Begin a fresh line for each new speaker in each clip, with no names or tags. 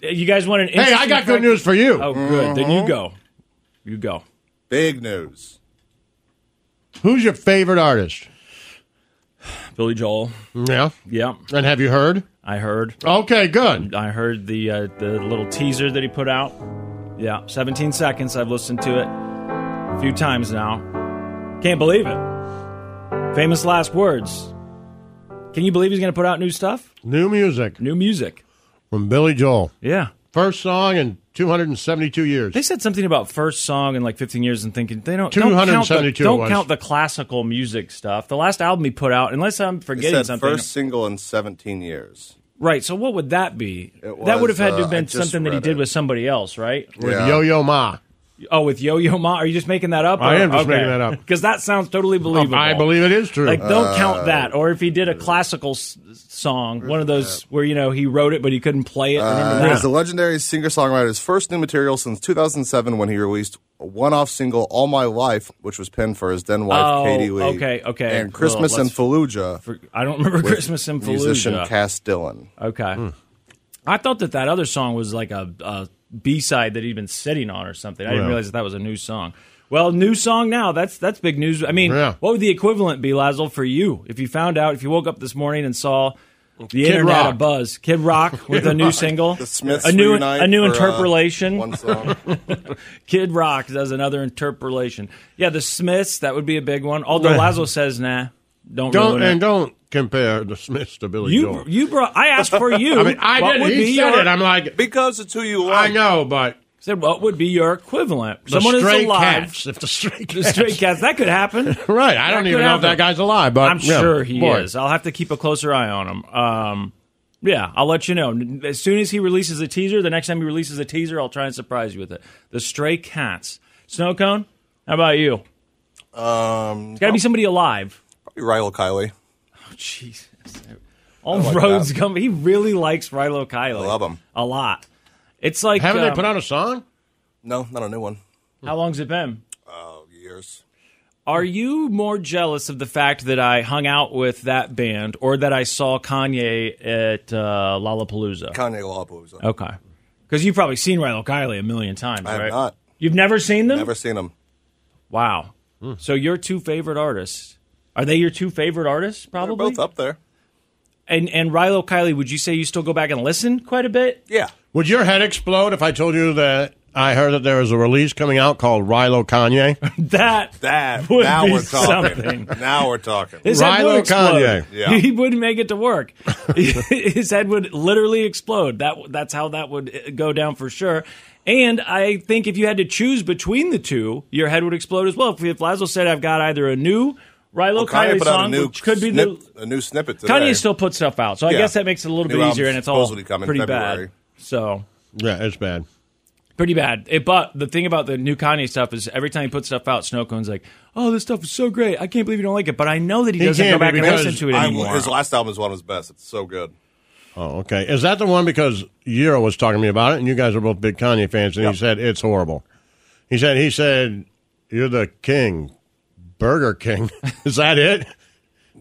You guys want an?
Hey, I got good news Uh-huh. for you.
Oh, good. Then you go. You go.
Big news.
Who's your favorite artist?
Billy Joel.
Yeah.
Yep.
And have you heard?
I heard.
Okay, good.
I heard the uh, the little teaser that he put out. Yeah, 17 seconds. I've listened to it a few times now. Can't believe it. Famous last words. Can you believe he's going to put out new stuff?
New music
New music.
from Billy Joel.
Yeah.
First song in 272 years.
They said something about first song in like 15 years and thinking they don't don't count the,
272 it
don't
was.
count the classical music stuff. The last album he put out, unless I'm
It
forgetting
said
something.
first single in 17 years.
Right. So what would that be?
It
that would have
was,
had to
uh,
have
I
been
just
something that he
read
did
it.
with somebody else, right?
With
Yeah.
Yo Yo Ma.
Oh, with Yo Yo Ma? Are you just making that up?
I am just making that up.
Because that sounds totally believable.
I believe it is true.
Like, don't
Uh,
count that. Or if he did a classical s- song, one of those where, you know, he wrote it but he couldn't play it. Remember
It
that?
is Uh, the legendary singer songwriter's first new material since 2007 when he released a one off single, All My Life, which was penned for his then wife,
Oh,
Katie Lee.
okay, okay.
And Christmas
Well,
and
let's-
in Fallujah.
For- I don't remember
with
Christmas in
Musician
Fallujah.
Cass Dillon.
okay.
Hmm.
I thought that that other song was like a, a B-side that he'd been sitting on or something. I didn't
Yeah.
realize that that was a new song. Well, new song now. That's that's big news. I mean,
Yeah.
what would the equivalent be, Lazzle, for you if you found out if you woke up this morning and saw the internet
Rock.
a buzz, Kid Rock with a new single,
The Smiths
a new
reunite
a new
for, uh,
interpolation.
one song.
Kid Rock does another interpolation. Yeah, the Smiths that would be a big one. Although
Right.
Lazzle says, nah, don't
don't
ruin it.
and don't compare the Smiths to Billy
you
Joel.
you brought. I asked for you.
I mean, I
what
did.
would be
He said
your-
it. I'm like,
because it's who you
I
like.
know, but
said, what would be your equivalent?
the
Someone is
stray
alive.
cats. If the stray
The
cats,
stray cats. That could happen.
right? I
That
don't
could
even know if
happen.
that guy's alive, but
I'm
yeah,
sure he
boy.
is. I'll have to keep a closer eye on him. Um, yeah, I'll let you know as soon as he releases a teaser. The next time he releases a teaser, I'll try and surprise you with it. The stray cats. Snow cone. How about you?
Um,
It's got to be somebody alive.
Ryle Kiley.
Jesus. All
like
roads
that.
come. He really likes Rilo Kiley. I
love him.
a lot. It's like
Haven't
um,
they put out a song?
No, not a new one.
how long's it been?
Oh, years.
Are you more jealous of the fact that I hung out with that band or that I saw Kanye at uh, Lollapalooza?
Kanye Lollapalooza.
okay. Because you've probably seen Rilo Kiley a million times,
I have
right?
not.
You've never seen them?
Never seen him.
Wow. So your two favorite artists. Are they your two favorite artists,
They're
probably?
both up there.
And, and Rilo Kiley, would you say you still go back and listen quite a bit?
Yeah.
Would your head explode if I told you that I heard that there was a release coming out called Rilo Kanye?
That.
That
Would
now
be
we're talking.
something.
Now we're talking.
His head would
Rilo
explode.
Kanye.
Yeah.
He wouldn't make it to work. His head would literally explode. That that's how that would uh, go down for sure. And I think if you had to choose between the two, your head would explode as well. If, if Lazo said, "I've got either a new Rilo
Kanye
Kiley
put out a
song,
new
which could be the
snip- a new snippet today.
Kanye still put stuff out, so I
Yeah.
guess that makes it a little
New
bit
album
easier, and it's all
supposedly coming
pretty
February.
bad. So
yeah, it's bad.
pretty bad. It, but the thing about the new Kanye stuff is every time he puts stuff out, Snow Cone's like, "Oh, this stuff is so great. I can't believe you don't like it." But I know that he,
He
doesn't go
can't
back and
because
listen to it
I-
anymore.
his last album is one of his best. It's so good.
Oh, okay. Is that the one because Euro was talking to me about it, and you guys are both big Kanye fans, and he said it's horrible. He said he said you're the king, Burger King. Is that it?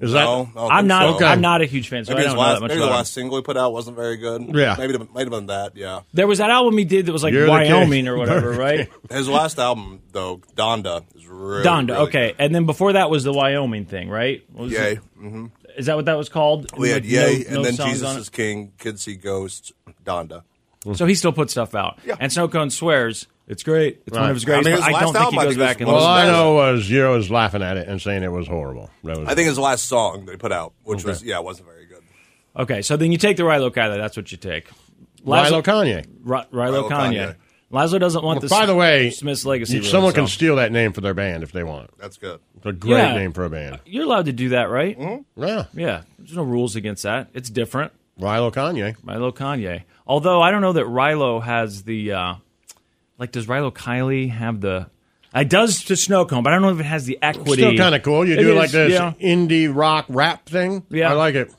Is that
No, I don't
I'm
think
not.
so.
I'm not a huge fan, so
Maybe
I
his
don't know
last,
that much
maybe the
about him.
last single he put out wasn't very good.
Yeah.
maybe it might have been that. Yeah,
There was that album he did that was like
You're the king.
Wyoming or whatever, right?
his last album though, Donda is really
Donda.
really
Okay,
good.
and then before that was the Wyoming thing, right? What was
Yay.
it? Is that what that was called?
We had
With no-
Yay, and
no
then
songs
Jesus
on it?
is King, Kids See Ghosts, Donda.
So he still puts stuff out. And Snowcone swears it's great. It's one
Right.
of his greatest.
I mean, his
but I,
last
don't think
album,
he
I
goes
think, was
back and
one
all
of
listens.
his
I
best.
know was Giro was laughing at it and saying it was horrible. That was
I think his last song they put out, which was yeah, wasn't very good.
Okay, so then you take the Rilo Kiley. That's what you take.
Lilo
Laszlo-
Kanye.
Ri- Rilo
Rilo
Kanye.
Kanye.
Laszlo doesn't want this.
By the way,
Smith's legacy. ruined,
Someone can
so-
steal that name for their band if they want.
That's good.
It's a great
Yeah.
name for a band.
You're allowed to do that, right?
Mm-hmm.
Yeah,
Yeah. There's no rules against that. It's different.
Rilo Kanye.
Rilo Kanye. Although I don't know that Rilo has the uh, like. Does Rilo Kiley have the? It does to Snowcone, but I don't know if it has the equity.
Still kind of cool. You
It
do
is,
like this
Yeah.
indie rock rap thing.
Yeah.
I like it.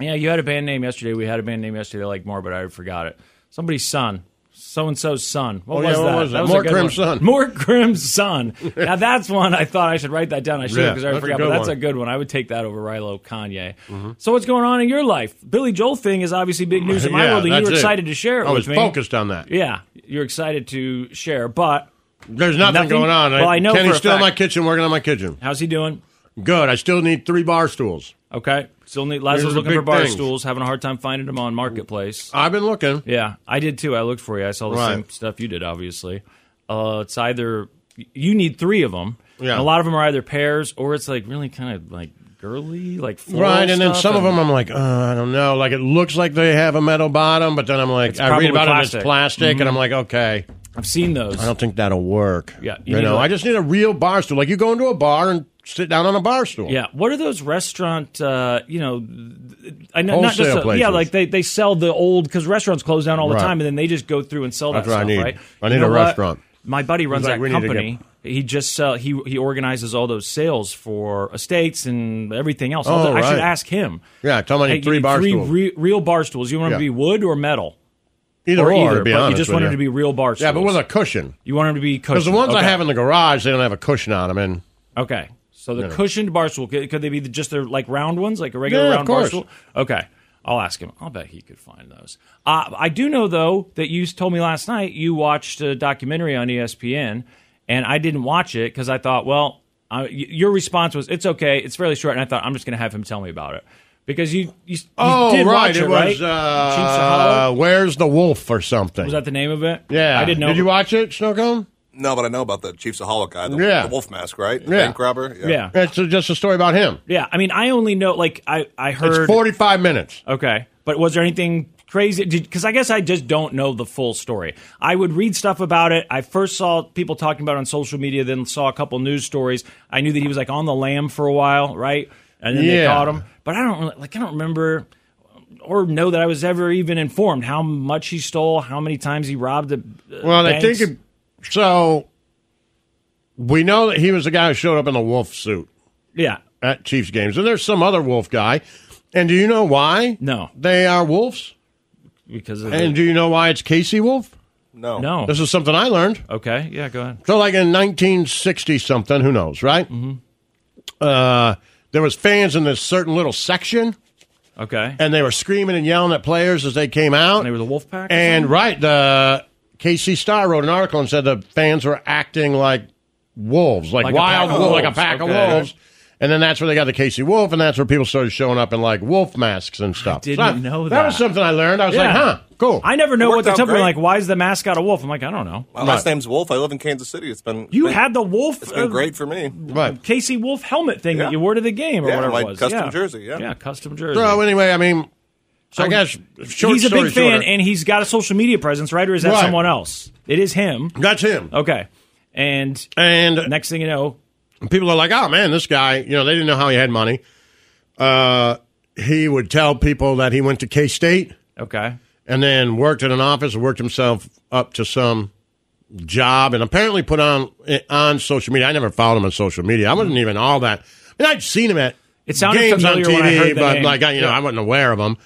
yeah, you had a band name yesterday. We had a band name yesterday. I like more, but I forgot it. Somebody's son. So and so's son. What,
Oh,
was,
yeah, what
that?
was that?
a
Mort
good
Grimm's
one.
son.
Mort Grimm's son. now that's one I thought I should write that down. I should
Yeah,
because I
that's a
forgot.
good
But that's
one. Mm-hmm.
a good one. I would take that over Rilo Kanye. So what's going on in your life? Billy Joel thing is obviously big news in my
Yeah,
world, and you
that's
were
it.
excited to share it
I
with
was
me.
focused on that.
Yeah, you're excited to share, but
There's nothing,
Nothing?
going on.
Well, I know
Kenny's
for a
still in my
fact-
kitchen working on my kitchen.
how's he doing?
Good. I still need three bar stools.
Okay, still need.
These are
Lazo's
the
looking for
big
bar
things.
stools, having a hard time finding them on marketplace.
I've been looking.
Yeah, I did too. I looked for you. I saw the
Right.
same stuff you did, obviously. Uh, it's either you need three of them.
Yeah.
and a lot of them are either pairs or it's like really kind of like girly, like floral
Right, and then
stuff,
some of
and-
them I'm like, uh, I don't know. Like it looks like they have a metal bottom, but then I'm like, I
probably
read about it
plastic.
as plastic, and I'm like, okay,
I've seen those.
I don't think that'll work.
Yeah, you
you,
need
know,
to-
I just need a real bar stool. Like you go into a bar and sit down on a bar stool.
Yeah, what are those restaurant? Uh, you know, th- I know not
Wholesale
just a- yeah,
places.
like they, they sell the old because restaurants close down all the
Right.
time, and then they just go through and sell
That's
that
what I
stuff.
need.
Right?
I need
You know
a
what?
restaurant.
My buddy runs
like,
that
"We need to get-
company. He just sell he he organizes all those sales for estates and everything else. All
Oh,
that- I should
right.
ask him.
yeah. Tell me I
Hey,
need three
you-
bar
three
stools.
re- real bar stools. You want them to
Yeah.
be wood or metal,
either or,
either.
to be
but
honest
you just
with
want them to be real bar stools.
Yeah, but with a cushion.
you want them to be
Because
cushioned.
the ones I
Okay.
have in the garage, they don't have a cushion on them, and
Okay. So the cushioned bar stool could, could they be the- just their like round ones, like a regular
Yeah, of
round bar
course.
stool? Okay. I'll ask him. I'll bet he could find those. Uh, I do know though that you told me last night you watched a documentary on E ESPN, and I didn't watch it because I thought, well, I, y- your response was it's okay, it's fairly short, and I thought I'm just going to have him tell me about it because you you, you
oh
did
right,
watch
it
it,
was
right? Chief
uh,
Sahalo?
where's the wolf or something.
was that the name of it?
yeah,
I didn't know.
Did you watch it, Snowcone?
No, but I know about the Chiefs of guy, the,
Yeah.
the Wolf Mask, right? The
Yeah.
Bank robber.
yeah,
It's uh, just a story about him.
yeah. I mean, I only know like I I heard
It's 45 minutes.
Okay. But was there anything crazy? Because I guess I just don't know the full story. I would read stuff about it. I first saw people talking about it on social media, then saw a couple news stories. I knew that he was like on the lam for a while, right? And then they
Yeah.
caught him. But I don't really, like. I don't remember or know that I was ever even informed how much he stole, how many times he robbed. The, uh,
Well,
banks.
I think it, so. We know that he was the guy who showed up in the wolf suit
yeah.
at Chiefs games, and there's some other wolf guy. And do you know why?
No.
they are wolves.
Because of
And
the,
do you know why it's Casey Wolf?
No.
no.
This is something I learned.
Okay. Yeah. Go ahead.
So, like in 1960 something, who knows, right? Mm-hmm. Uh, there was fans in this certain little section,
Okay.
and they were screaming and yelling at players as they came out.
they were the wolf pack. or
And right, the KC Star wrote an article and said the fans were acting like wolves, like,
Like a pack
wild
of
wolves, like a
wolves.
pack
Okay.
of wolves. And then that's where they got the KC Wolf, and that's where people started showing up in like wolf masks and stuff.
didn't know
that.
that.
was something I learned. I was like,
Yeah.
huh, cool.
I never know
It
what
worked
the
out
temper
great.
like. Why is the mascot a wolf? I'm like, I don't know.
My last name's Wolf. I live in Kansas City. It's been
You
been-
had the wolf.
It's been
uh,
great for me.
right.
Casey Wolf helmet thing that
Yeah.
you wore to the game or
Yeah,
whatever
like
it was.
custom
yeah.
jersey, yeah.
yeah, custom jersey.
So anyway, I mean, I guess short
he's a
story
big fan,
shorter,
and he's got a social media presence, right? Or is that
Right.
someone else? It is him.
that's him.
Okay, and
And
next thing you know,
people are like, oh man, this guy, you know, they didn't know how he had money. Uh, he would tell people that he went to K State.
okay,
and then worked in an office and worked himself up to some job and apparently put on on social media. I never followed him on social media. I wasn't even all that. I mean, I'd seen him at
Mm-hmm. It sounded
games on
familiar when I heard
TV,
the
but
name.
like I, you know,
Yeah.
I wasn't aware of him.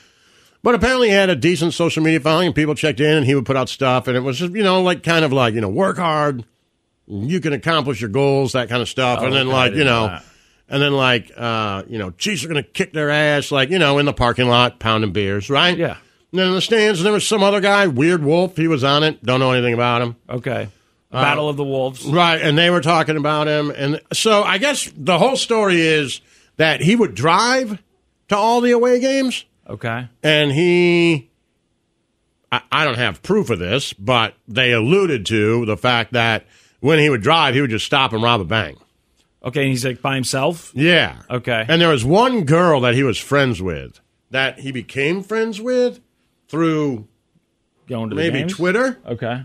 But apparently, he had a decent social media following, and people checked in, and he would put out stuff, and it was just, you know, like kind of like you know, work hard, you can accomplish your goals, that kind of stuff. and then
Oh, okay, I
like you
didn't know
know,
that.
and then like uh, you know, Chiefs are gonna kick their ass, like you know, in the parking lot, pounding beers, right?
Yeah.
And then in the stands, there was some other guy, Weird Wolf. He was on it. Don't know anything about him.
Okay.
Uh,
Battle of the Wolves.
Right, and they were talking about him, and so I guess the whole story is that he would drive to all the away games,
Okay.
and he. I, I don't have proof of this, but they alluded to the fact that when he would drive, he would just stop and rob a bank.
Okay. And he's like by himself.
Yeah.
Okay.
And there was one girl that he was friends with that he became friends with through
Going to the
maybe
games?
Twitter.
Okay.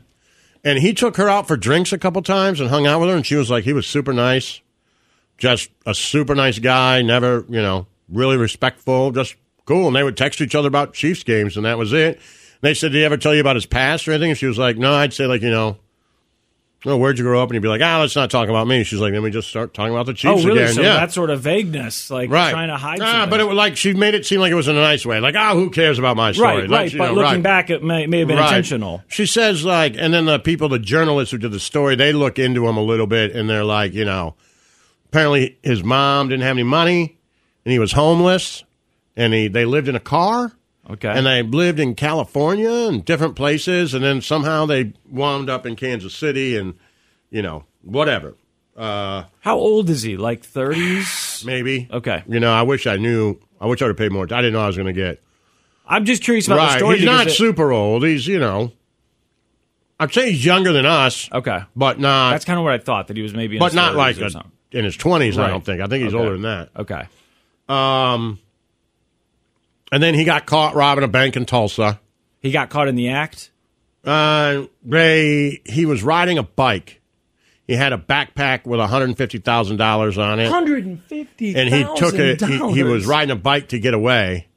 and he took her out for drinks a couple times and hung out with her and she was like he was super nice just a super nice guy never you know really respectful just cool and they would text each other about chiefs games and that was it and they said did he ever tell you about his past or anything and she was like no i'd say like you know no, where'd you grow up? And he'd be like, ah, let's not talk about me. She's like, then we just start talking about the
Oh,
Chiefs
really?
again.
So
yeah,
that sort of vagueness, like
right.
trying to hide.
Ah,
something.
but it was like she made it seem like it was in a nice way. Like, ah, who cares about my story?
right,
Let's,
right.
you
But
know,
looking
right.
back, it may, may have been
Right.
intentional.
She says like, and then the people, the journalists who did the story, they look into him a little bit, and they're like, you know, apparently his mom didn't have any money, and he was homeless, and he they lived in a car,
Okay.
and they lived in California and different places, and then somehow they wound up in Kansas City, and you know, whatever,
How old is he? Like thirties?
maybe.
Okay.
You know, I wish I knew. I wish I would have paid more. I didn't know I was going to get.
I'm just curious about the story.
He's
because
not
it-
super old. He's, you know, I'd say he's younger than us.
Okay.
But not,
That's kind of what I thought that he was maybe. In
but
his
not
30s
like
or
a-
something.
in his 20s, I
Right.
don't think. I think he's
Okay.
older than that.
Okay.
And then he got caught robbing a bank in Tulsa.
He got caught in the act.
Uh, they, he was riding a bike. He had a backpack with $150,000 on it.
Hundred and fifty.
and he took it. He, he was riding a bike to get away,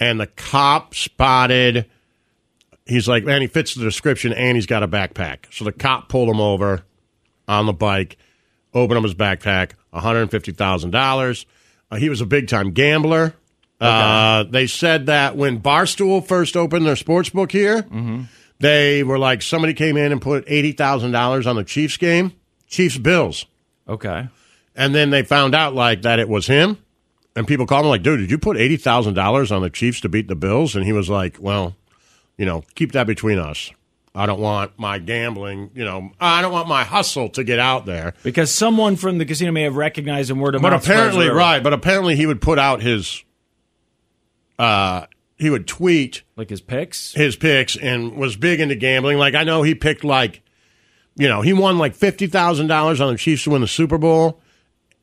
and the cop spotted. He's like, man, he fits the description, and he's got a backpack. So the cop pulled him over on the bike, opened up his backpack, one hundred fifty thousand dollars. Uh, He was a big time gambler. Uh, they said that when Barstool first opened their sports book here, they were like, somebody came in and put eighty thousand dollars on the Chiefs game, Chiefs Bills.
Okay.
And then they found out like that it was him. And people called him like, dude, did you put eighty thousand dollars on the Chiefs to beat the Bills? And he was like, Well, you know, keep that between us. I don't want my gambling, you know, I don't want my hustle to get out there.
Because someone from the casino may have recognized him word of
But
mouth.
apparently,
spreads around.
right, but apparently he would put out his uh he would tweet
Like his picks.
his picks and was big into gambling. Like I know he picked like, you know, he won like fifty thousand dollars on the Chiefs to win the Super Bowl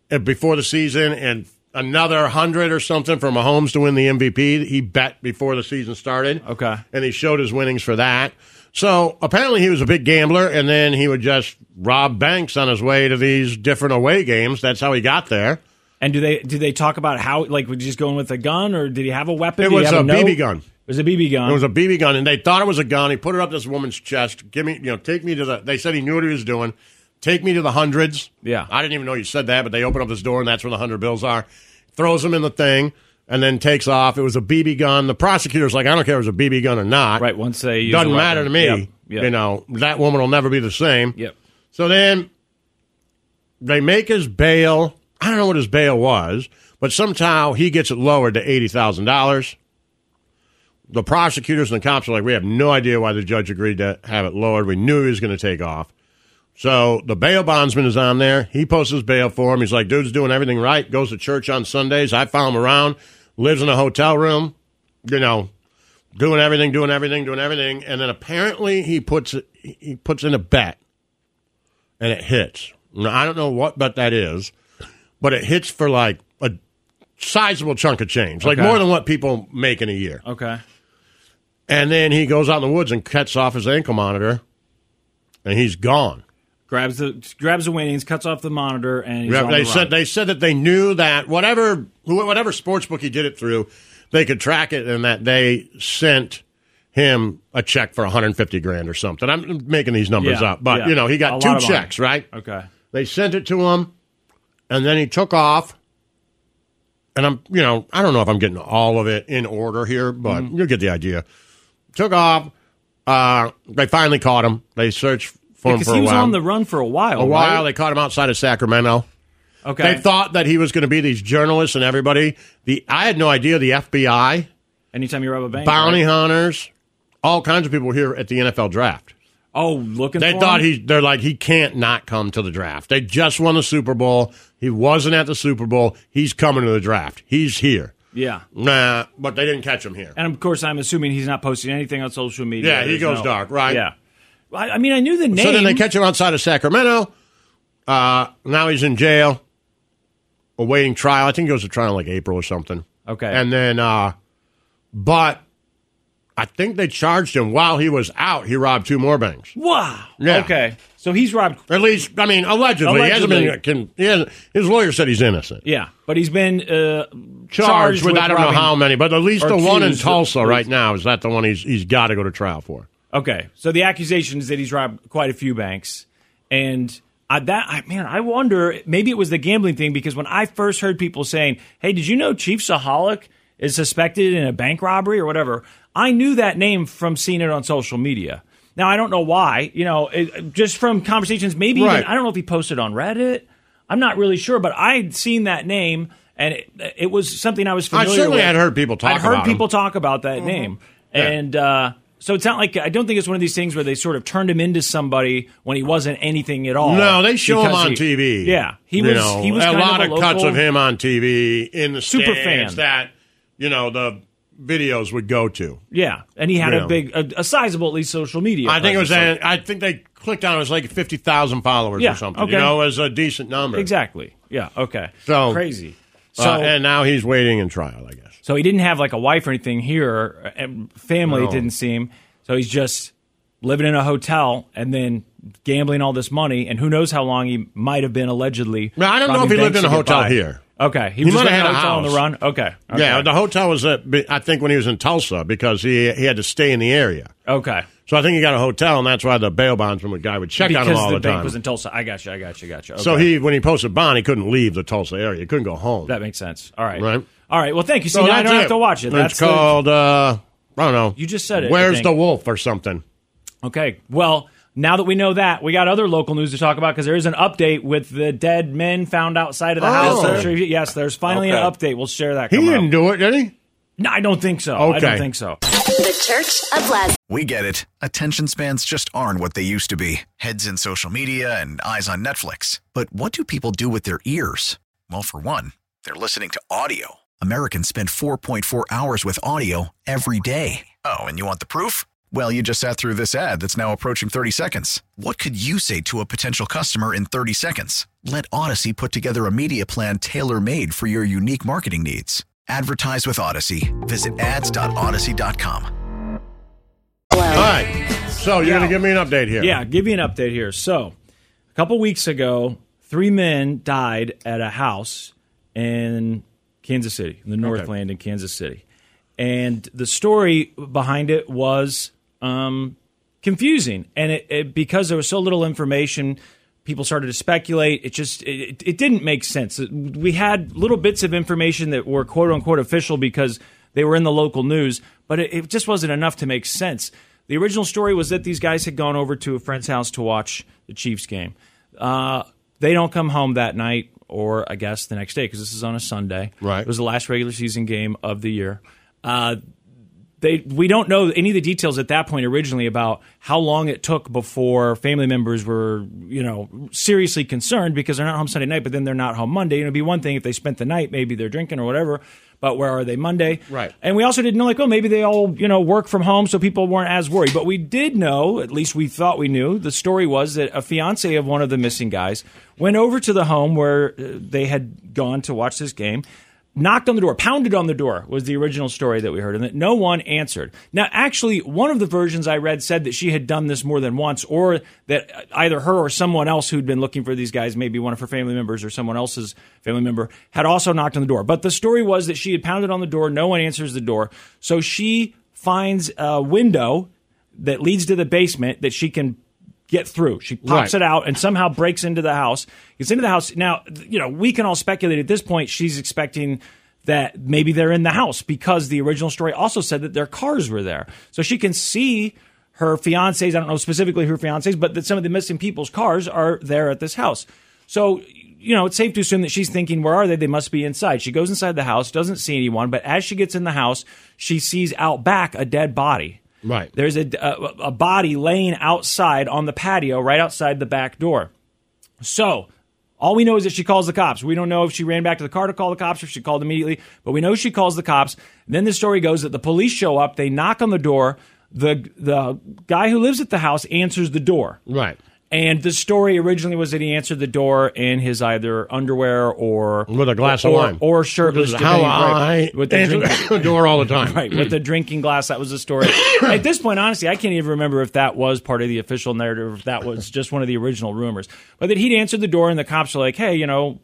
uh, before the season, and another hundred or something for Mahomes to win the MVP. He bet before the season started.
Okay.
and he showed his winnings for that. So apparently he was a big gambler, and then he would just rob banks on his way to these different away games. That's how he got there.
And do they do they talk about how like was he just going with a gun or did he have a weapon?
It
Did he
was
have
a
note?
BB gun.
It was a BB gun.
It was a BB gun, and they thought it was a gun. He put it up this woman's chest. Give me, you know, take me to the. They said he knew what he was doing. Take me to the hundreds.
Yeah.
I didn't even know you said that, but they open up this door, and that's where the hundred bills are. Throws them in the thing, and then takes off. It was a BB gun. The prosecutor's like, I don't care if it was a BB gun or not.
right. Once they use
Doesn't
a
matter to
weapon.
me.
Yep. Yep.
You know, that woman will never be the same.
Yep.
So then they make his bail. I don't know what his bail was, but somehow he gets it lowered to eighty thousand dollars. The prosecutors and the cops are like, we have no idea why the judge agreed to have it lowered. We knew he was going to take off. So the bail bondsman is on there. He posts his bail for him. He's like, dude's doing everything right. Goes to church on Sundays. I follow him around. Lives in a hotel room. You know, doing everything, doing everything, doing everything. And then apparently he puts he puts in a bet and it hits. Now, I don't know what bet that is, but it hits for like a sizable chunk of change, like
Okay.
more than what people make in a year.
Okay.
And then he goes out in the woods and cuts off his ankle monitor, and he's gone.
Grabs the grabs the winnings, cuts off the monitor, and he's
Yeah,
on
they
the
said
run.
they said that they knew that whatever wh- whatever sports book he did it through, they could track it, and that they sent him a check for 150 grand or something. I'm making these numbers
Yeah,
up, but
yeah.
you know he
A
got
lot
two
of money.
checks, right?
Okay.
They sent it to him, and then he took off. And I'm, you know, I don't know if I'm getting all of it in order here, but
Mm-hmm.
you'll get the idea. Took off. Uh, they finally caught him. They searched for him
because
for
he
a
was
while.
on the run for a while.
a while.
right?
They caught him outside of Sacramento.
okay.
They thought that he was going to be these journalists and everybody. The I had no idea the FBI,
Anytime you rob a bank,
bounty
right?
hunters, all kinds of people were here at the NFL draft.
Oh, looking.
They
for
thought
him?
he. They're like he can't not come to the draft. They just won the Super Bowl. He wasn't at the Super Bowl. He's coming to the draft. He's here.
Yeah.
Nah, but they didn't catch him here.
And of course, I'm assuming he's not posting anything on social media.
Yeah, he
There's
goes
no-
dark, right?
Yeah. I, I mean, I knew the name.
So then they catch him outside of Sacramento. Uh, now he's in jail, awaiting trial. I think he goes to trial in like April or something.
Okay.
And then, uh, but I think they charged him while he was out. He robbed two more banks.
wow.
Yeah.
Okay. So he's robbed.
At least, I mean, allegedly, he
Allegedly.
hasn't been. Can, he hasn't, his lawyer said he's innocent.
Yeah, but he's been uh, charged,
Charged with, I don't know
robbing-
how many, but at least
or
the one in
accused of-
Tulsa right now is that the one he's he's got to go to trial for.
Okay, so the accusation is that he's robbed quite a few banks, and I, that I, man, I wonder maybe it was the gambling thing because when I first heard people saying, "Hey, did you know Chief Saholic is suspected in a bank robbery or whatever?" I knew that name from seeing it on social media. Now I don't know why, you know, it, just from conversations. Maybe
Right.
even, I don't know if he posted on Reddit. I'm not really sure, but I'd seen that name, and it, it was something I was familiar with.
certainly had heard people talk
I'd heard
about him.
people talk about that name. And uh, so it's not like I don't think it's one of these things where they sort of turned him into somebody when he wasn't anything at all.
No, they show him
Oh, because
on
he-
TV.
Yeah, he
You
was.
know,
he was
a
kind
lot
a
of, cuts
local-
of him on TV in the
Super
stands
fan.
that you know the videos would go to.
Yeah, and he had
You
a
know.
big, a, a sizable at least social media.
I think it was.
presence.
That, I think they clicked on it, it was like fifty thousand followers
Yeah,
or something.
okay.
You know, it was a decent number.
exactly. Yeah. Okay.
So-
crazy. So
Uh, and now he's waiting in trial. I guess.
so he didn't have like a wife or anything here, uh, and family. It didn't seem. So he's just living in a hotel and then gambling all this money, and who knows how long he might have been allegedly.
Well, I don't know
robbing
if he lived
banks
in a
to get
hotel
by.
here.
Okay, he, was
might
just
have
living in
had a
hotel on the
house.
run. Okay, okay.
Yeah, the hotel was at. I think when he was in Tulsa because he he had to stay in the area.
Okay.
So I think he got a hotel, and that's why the bail bondsman guy would check
because
on him all
the,
the,
bank
time.
was in Tulsa. I got you. I got you. Got you. Okay.
so he when he posted bond, he couldn't leave the Tulsa area. He couldn't go home.
that makes sense. All right.
Right.
All right. Well, thank you. See,
So
now I
that's
don't have to watch it.
It's
That's the-
called uh, I don't know.
You just said it, I
Where's
think.
the wolf or something?
okay. Well, now that we know that, we got other local news to talk about because there is an update with the dead men found outside of the house. I'm
there?
sure you- yes, there's finally an
Okay.
update. We'll share that.
He
coming
didn't
up.
do it, did he?
No, I don't think so. I don't
Okay.
think so.
The Church of Laszlo.
We get it. Attention spans just aren't what they used to be heads in social media and eyes on Netflix. But what do people do with their ears? Well, for one, they're listening to audio. Americans spend 4.4 hours with audio every day. Oh, and you want the proof? Well, you just sat through this ad that's now approaching 30 seconds. What could you say to a potential customer in 30 seconds? Let Odyssey put together a media plan tailor made for your unique marketing needs. Advertise with Odyssey. Visit ads.odyssey.com.
All right. So you're
Yeah.
gonna give me an update here.
Yeah, give you an update here. So, a couple weeks ago, three men died at a house in Kansas City, in the Northland in Kansas City. And the story behind it was um, confusing. And it, it, because there was so little information, people started to speculate. It just it, it didn't make sense. We had little bits of information that were quote unquote official because they were in the local news, but it, it just wasn't enough to make sense. The original story was that these guys had gone over to a friend's house to watch the Chiefs game. Uh, they don't come home that night, or I guess the next day, because this is on a Sunday.
Right.
It was the last regular season game of the year. Uh, they we don't know any of the details at that point originally about how long it took before family members were you know seriously concerned because they're not home Sunday night, but then they're not home Monday. And it'd be one thing if they spent the night, maybe they're drinking or whatever. But where are they Monday?
Right.
And we also didn't know like oh maybe they all you know work from home, so people weren't as worried. But we did know, at least we thought we knew. The story was that a fiance of one of the missing guys went over to the home where uh, they had gone to watch this game knocked on the door, pounded on the door was the original story that we heard, and that no one answered. Now, actually, one of the versions I read said that she had done this more than once, or that either her or someone else who'd been looking for these guys, maybe one of her family members or someone else's family member, had also knocked on the door. But the story was that she had pounded on the door, no one answers the door, so she finds a window that leads to the basement that she can get through. She
Right.
pops it out and somehow breaks into the house. Gets into the house. Now, th- you know, we can all speculate at this point. She's expecting that maybe they're in the house because the original story also said that their cars were there. So she can see her fiance's, I don't know specifically her fiance's, but that some of the missing people's cars are there at this house. So, you know, it's safe to assume that she's thinking, where are they? They must be inside. She goes inside the house, doesn't see anyone, but as she gets in the house, she sees out back a dead body.
Right.
There's a, a, a body laying outside on the patio, right outside the back door. So, all we know is that she calls the cops. We don't know if she ran back to the car to call the cops or if she called immediately, but we know she calls the cops. Then the story goes that the police show up, they knock on the door. The, the guy who lives at the house answers the door.
Right.
And the story originally was that he answered the door in his either underwear or
With a glass
or,
of wine.
or shirtless.
This is how I
right, with the
answer
drink,
the door all the time.
right with the drinking glass. That was the story. At this point, honestly, I can't even remember if that was part of the official narrative, or if that was just one of the original rumors. But that he'd answered the door, and the cops are like, "Hey, you know."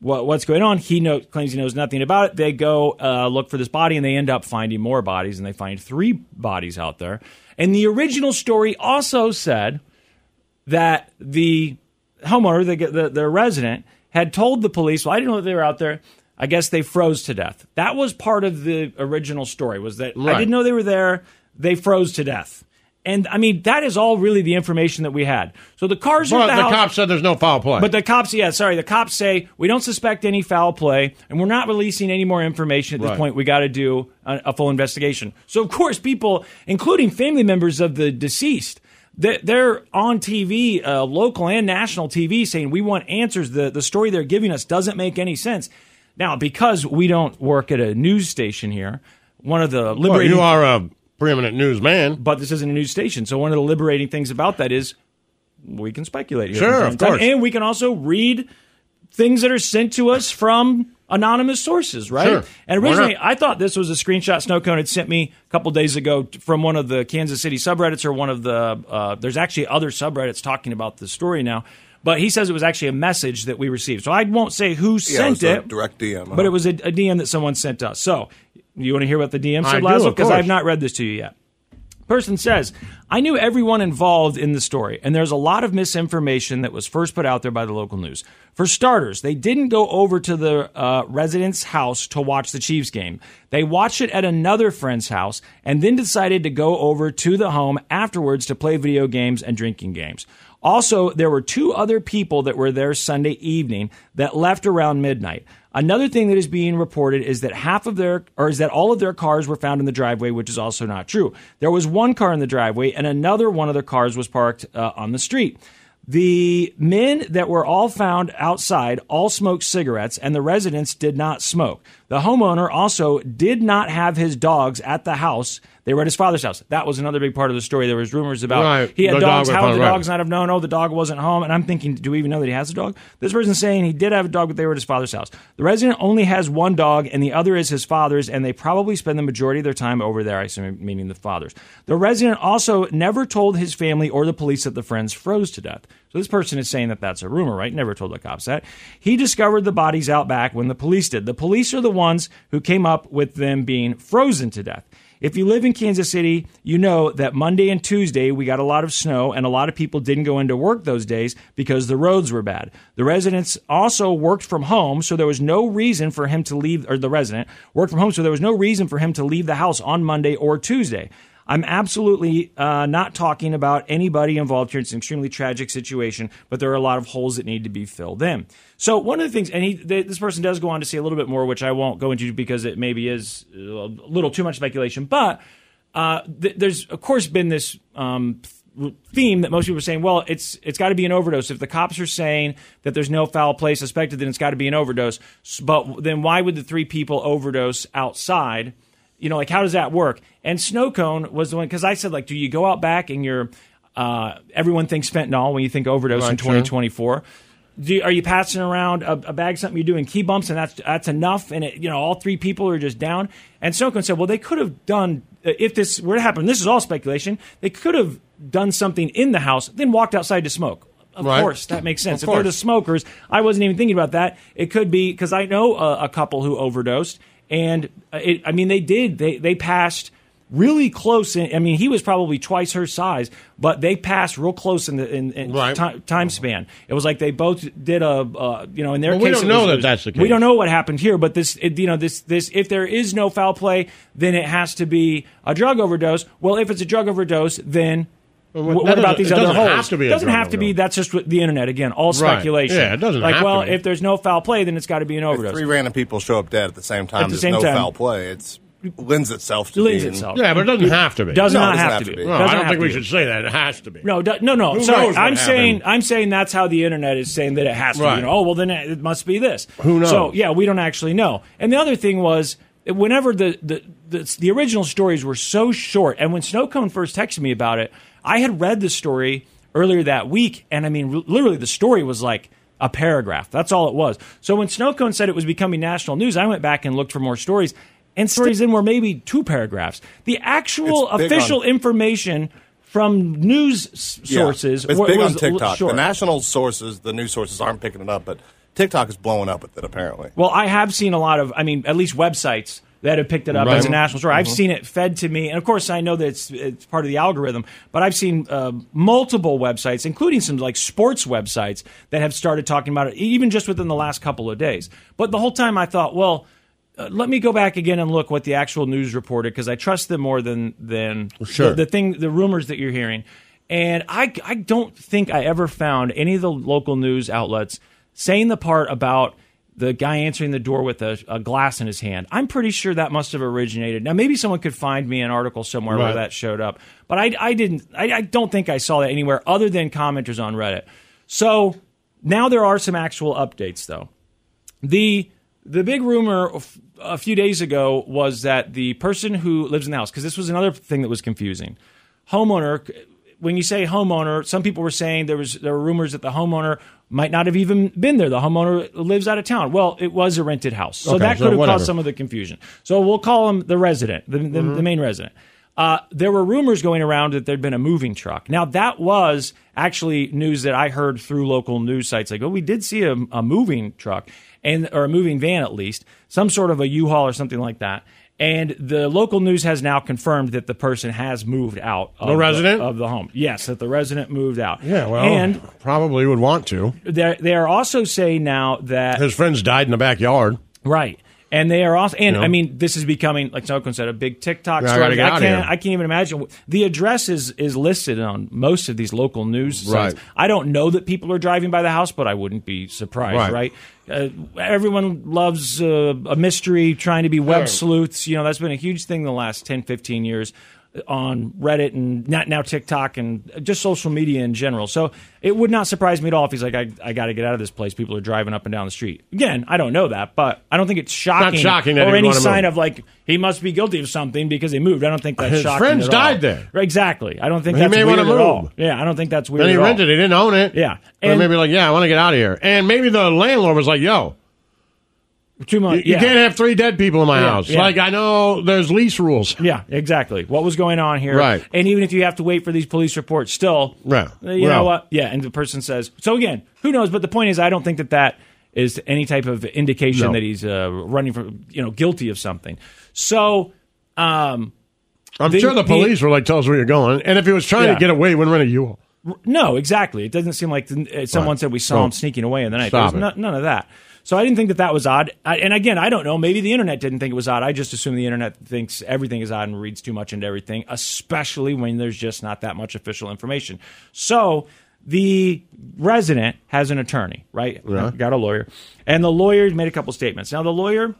What, what's going on? He know, claims he knows nothing about it. They go uh, look for this body, and they end up finding more bodies, and they find three bodies out there. And the original story also said that the homeowner, the, the, the resident, had told the police, well, I didn't know they were out there. I guess they froze to death. That was part of the original story was that I
Right.
didn't know they were there. They froze to death. And I mean, that is all really the information that we had. So the cars are
But
at
the,
the, house.
cops said there's no foul play.
But the cops, yeah, sorry, the cops say we don't suspect any foul play, and we're not releasing any more information at this
Right.
point. We got to do a, a full investigation. So of course, people, including family members of the deceased, they- they're on TV, uh, local and national TV, saying we want answers. The the story they're giving us doesn't make any sense. Now, because we don't work at a news station here, one of the
Well,
liberating
you are a preeminent newsman.
but this isn't a news station. So one of the liberating things about that is we can speculate. Here
Sure,
from time
of
to time.
course.
and we can also read things that are sent to us from anonymous sources, right?
Sure.
And
Why
originally,
not?
I thought this was a screenshot Snowcone had sent me a couple days ago t- from one of the Kansas City subreddits or one of the. Uh, there's actually other subreddits talking about this story now. But he says it was actually a message that we received. So I won't say who
it was
sent
a
it.
direct DM,
But
huh?
it was a, a DM that someone sent us. So you want to hear what the DM
I
said,
do,
Lazo?
of
Because I've
course.
not read this to you yet. Person says, I knew everyone involved in the story, and there's a lot of misinformation that was first put out there by the local news. For starters, they didn't go over to the uh, resident's house to watch the Chiefs game. They watched it at another friend's house and then decided to go over to the home afterwards to play video games and drinking games. Also, there were two other people that were there Sunday evening that left around midnight. Another thing that is being reported is that half of their or is that all of their cars were found in the driveway, which is also not true. There was one car in the driveway and another one of their cars was parked uh, on the street. The men that were all found outside all smoked cigarettes and the residents did not smoke. The homeowner also did not have his dogs at the house. They were at his father's house. That was another big part of the story. There was rumors about
Right.
he had
The dog
dogs.
was
How
found,
did the
right.
dogs not have known? Oh, the dog wasn't home. And I'm thinking, do we even know that he has a dog? This person's saying he did have a dog, but they were at his father's house. The resident only has one dog, and the other is his father's, and they probably spend the majority of their time over there. I assume meaning the father's. The resident also never told his family or the police that the friends froze to death. So this person is saying that that's a rumor, right? Never told the cops that. He discovered the bodies out back when the police did. The police are the ones who came up with them being frozen to death. If you live in Kansas City, you know that Monday and Tuesday we got a lot of snow and a lot of people didn't go into work those days because the roads were bad. The residents also worked from home, so there was no reason for him to leave or the resident worked from home, so there was no reason for him to leave the house on Monday or Tuesday. I'm absolutely uh, not talking about anybody involved here. It's an extremely tragic situation, but there are a lot of holes that need to be filled in. So one of the things, and he, th- this person does go on to say a little bit more, which I won't go into because it maybe is uh, a little too much speculation. But uh, th- there's of course been this um, th- theme that most people are saying, well, it's it's got to be an overdose. If the cops are saying that there's no foul play suspected, then it's got to be an overdose. S- But then why would the three people overdose outside? you know, like how does that work? And snow cone was the one because I said like, do you go out back and you're uh, everyone thinks fentanyl when you think overdose in
Right, sure.
2024. Do you, are you passing around a, a bag, something you're doing key bumps, and that's that's enough? And it, you know, all three people are just down. And snow cone said, well, they could have done uh, if this were to happen. This is all speculation. They could have done something in the house, then walked outside to smoke. Of
Right.
course, that makes sense.
Of
if they're the
course.
smokers, I wasn't even thinking about that. It could be because I know a, a couple who overdosed, and uh, it, I mean they did. They they passed really close. In, I mean, he was probably twice her size, but they passed real close in the in, in
Right.
ti- time span. It was like they both did a uh, you know in their
Well,
case
we don't
it
know
was-
that
it was-
that's the
We
case.
don't know what happened here, but this it, you know this this if there is no foul play, then it has to be a drug overdose. Well, if it's a drug overdose, then.
what-
wh-
that
what about
doesn't-
these
it
other
doesn't
holes?
have to be a
doesn't
drug
have to be.
overdose.
That's just what the internet again. All
Right.
speculation.
Yeah, it doesn't
Like,
have to
well,
be.
if there's no foul play, then it's got to be an
If
overdose.
three random people show up dead at the same time,
the
there's
same
no
time.
foul play. It's lends itself to
lends
being-
itself.
Yeah, but it doesn't have to be.
Does
No, it
not
doesn't
have,
have
to
to
be.
be.
No,
Doesn't
I don't
have
think
to
we
be.
should say that. It has to be.
No, do- no, no.
Who
sorry,
knows what
I'm saying
happened?
I'm saying that's how the internet is saying that it has to. be.
Right.
You know, oh well, then it it must be this.
Who knows?
So yeah, we don't actually know. And the other thing was, whenever the the the, the original stories were so short, and when Snowcone first texted me about it, I had read the story earlier that week, and I mean, r- literally, the story was like. A paragraph. That's all it was. So when Snowcone said it was becoming national news, I went back and looked for more stories, and stories in were maybe two paragraphs. The actual
It's big on-
official information from news s-
Yeah.
sources.
It's
were-
big
was
on TikTok.
short.
The national sources, the news sources aren't picking it up, but TikTok is blowing up with it apparently.
well, I have seen a lot of, I mean, at least websites that have picked it up
Right.
as a national story.
Mm-hmm.
I've seen it fed to me, and of course, I know that it's, it's part of the algorithm. But I've seen uh, multiple websites, including some like sports websites, that have started talking about it, e, even just within the last couple of days. But the whole time, I thought, well. uh, Let me go back again and look what the actual news reported because I trust them more than than
Sure.
the, the thing the rumors that you're hearing and I, I don't think i ever found any of the local news outlets saying the part about the guy answering the door with a, a glass in his hand i'm pretty sure that must have originated now maybe someone could find me an article somewhere
Right.
where that showed up but i, I didn't I, I don't think i saw that anywhere other than commenters on reddit so now there are some actual updates though the the big rumor f- a few days ago was that the person who lives in the house because this was another thing that was confusing homeowner when you say homeowner some people were saying there was there were rumors that the homeowner might not have even been there the homeowner lives out of town well it was a rented house so
Okay,
that
so
could have
whatever.
caused some of the confusion so we'll call him the resident the, the,
Mm-hmm.
the main resident uh, there were rumors going around that there'd been a moving truck. Now that was actually news that I heard through local news sites. Like, oh, we did see a, a moving truck and or a moving van at least, some sort of a U-Haul or something like that. And the local news has now confirmed that the person has moved out of
The resident?
of the home. Yes, that the resident moved out.
Yeah, well,
and
probably would want to.
they're, they are also saying now that
His friends died in the backyard.
Right. And they are also, and
You know?
I mean, this is becoming, like Snowcone said, a big TikTok
Yeah, I gotta
story.
get
I
out of
can't,
here.
I can't even imagine. what- The address is is listed on most of these local news sites.
Right.
I don't know that people are driving by the house, but I wouldn't be surprised.
Right.
Right? Uh, everyone loves uh, a mystery, trying to be web sleuths. You know, that's been a huge thing the last 10, 15 years on Reddit and not now TikTok and just social media in general. So it would not surprise me at all if he's like, I, I got to get out of this place. People are driving up and down the street. Again, I don't know that, but I don't think it's shocking,
shocking that he
or
would
any
wanna
sign
move.
of like he must be guilty of something because he moved. I don't think that's
His
shocking.
friends
at all.
died there.
Exactly. I don't think
He
that's
may
weird
wanna
at
move.
all. Yeah, I don't think that's weird.
Then he
at all.
rented it. He didn't own it.
Yeah.
Or
And-
maybe like, yeah, I want to get out of here. And maybe the landlord was like, yo,
Too much.
you, you
yeah.
can't have three dead people in my
Yeah,
house.
yeah.
Like, I know there's lease rules.
Yeah, exactly. What was going on here?
Right.
And even if you have to wait for these police reports, still,
Right.
uh, You
Well.
know what? Yeah. And the person says, so again, who knows? But the point is, I don't think that that is any type of indication
No.
that he's uh, running for, you know, guilty of something. So, um,
I'm
The-
sure the
the-
police were like, tell us where you're going. And if he was trying to
Yeah.
get away, he wouldn't rent a U-Haul.
No, exactly. It doesn't seem like uh, someone
Right.
said we saw
No.
him sneaking away in the night.
Stop
There's no-
it.
none of that. So I didn't think that that was odd. I, and again, I don't know. Maybe the internet didn't think it was odd. I just assume the internet thinks everything is odd and reads too much into everything, especially when there's just not that much official information. So the resident has an attorney, right? Got a lawyer. And the lawyer made a couple statements. Now, the lawyer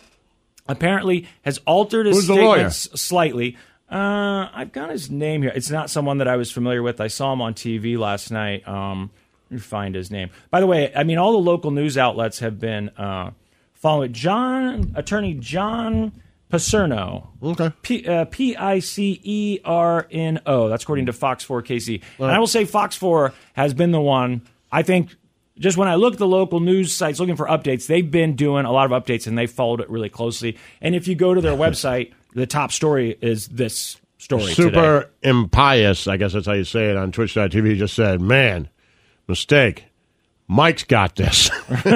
apparently has altered his
Who's the lawyer?
statements slightly. Uh, I've got his name here. It's not someone that I was familiar with. I saw him on TV last night. Um, let me find his name. By the way, I mean all the local news outlets have been uh, following John Attorney John Picerno.
Okay.
P- uh, P I C E R N O. That's according to Fox 4 KC. And I will say Fox 4 has been the one, I think, just when I look at the local news sites looking for updates, they've been doing a lot of updates and they've followed it really closely. And if you go to their website, the top story is this story.
Super
today.
impious, I guess that's how you say it on twitch.tv, just said, man, mistake. Mike's got this.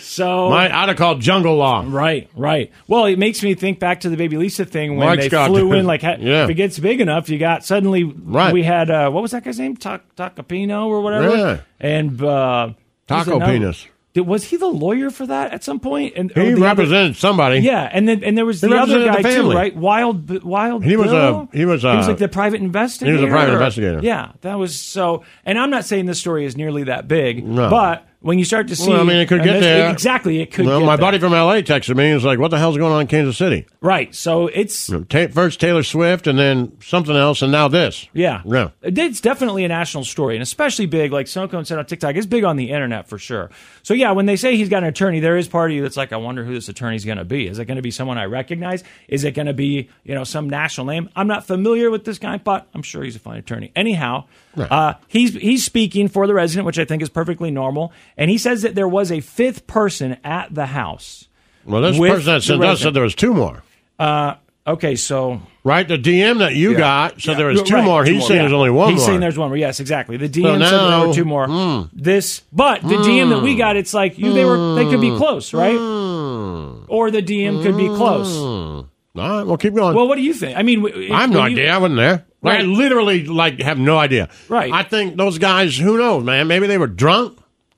So
My, I'd have called Jungle Law.
Right, right. Well, it makes me think back to the Baby Lisa thing when
Mike's
they
got
flew
it.
in. Like, ha-
Yeah.
if it gets big enough, you got suddenly.
Right.
We had uh, what was that guy's name? Tac Tacopino or whatever.
Yeah.
And uh, who's
Taco
another-
Penis.
Did, was he the lawyer for that at some point? And
He
or the other-
represented somebody.
yeah, and then and there was
He
the other guy
represented the
too,
family.
right? Wild, B- Wild.
He was
Bill?
a- he was a-
he was like the private investigator.
private
or-
investigator.
Yeah, that was so. And I'm not saying this story is nearly that big,
No.
but when you start to see,
Well, I mean, it could
and
get
this-
there.
Exactly, it could.
Well,
get
my
there.
buddy from LA texted me. He was like, "What the hell's going on in Kansas City?
Right. So it's
Ta- first Taylor Swift, and then something else, and now this."
yeah.
Yeah.
It's definitely a national story and especially big, like Snowcone said on TikTok, it's big on the internet for sure. So yeah, when they say he's got an attorney, there is part of you that's like, I wonder who this attorney's gonna be. Is it gonna be someone I recognize? Is it gonna be, you know, some national name? I'm not familiar with this guy, but I'm sure he's a fine attorney. Anyhow, uh, he's he's speaking for the resident, which I think is perfectly normal, and he says that there was a fifth person at the house.
Well, this
With
person that
the
sent us said
resident.
there was two more.
Okay, so
Right, the DM that you got said there was two
Right.
more. He's saying there's only one
He's
more. Hmm.
saying there's one more. Yes, exactly. The DM said that there
now-
were two more. This, but the DM that we got, it's like you. They were. They could
Hmm.
be close, right? Or the DM could be close.
Hmm. All right, well, keep going.
Well, what do you think? I mean, w-
I have no
when you-
idea. I wasn't there. Like, I
Right.
literally like have no idea.
Right.
I think those guys. Who knows, man? Maybe they were drunk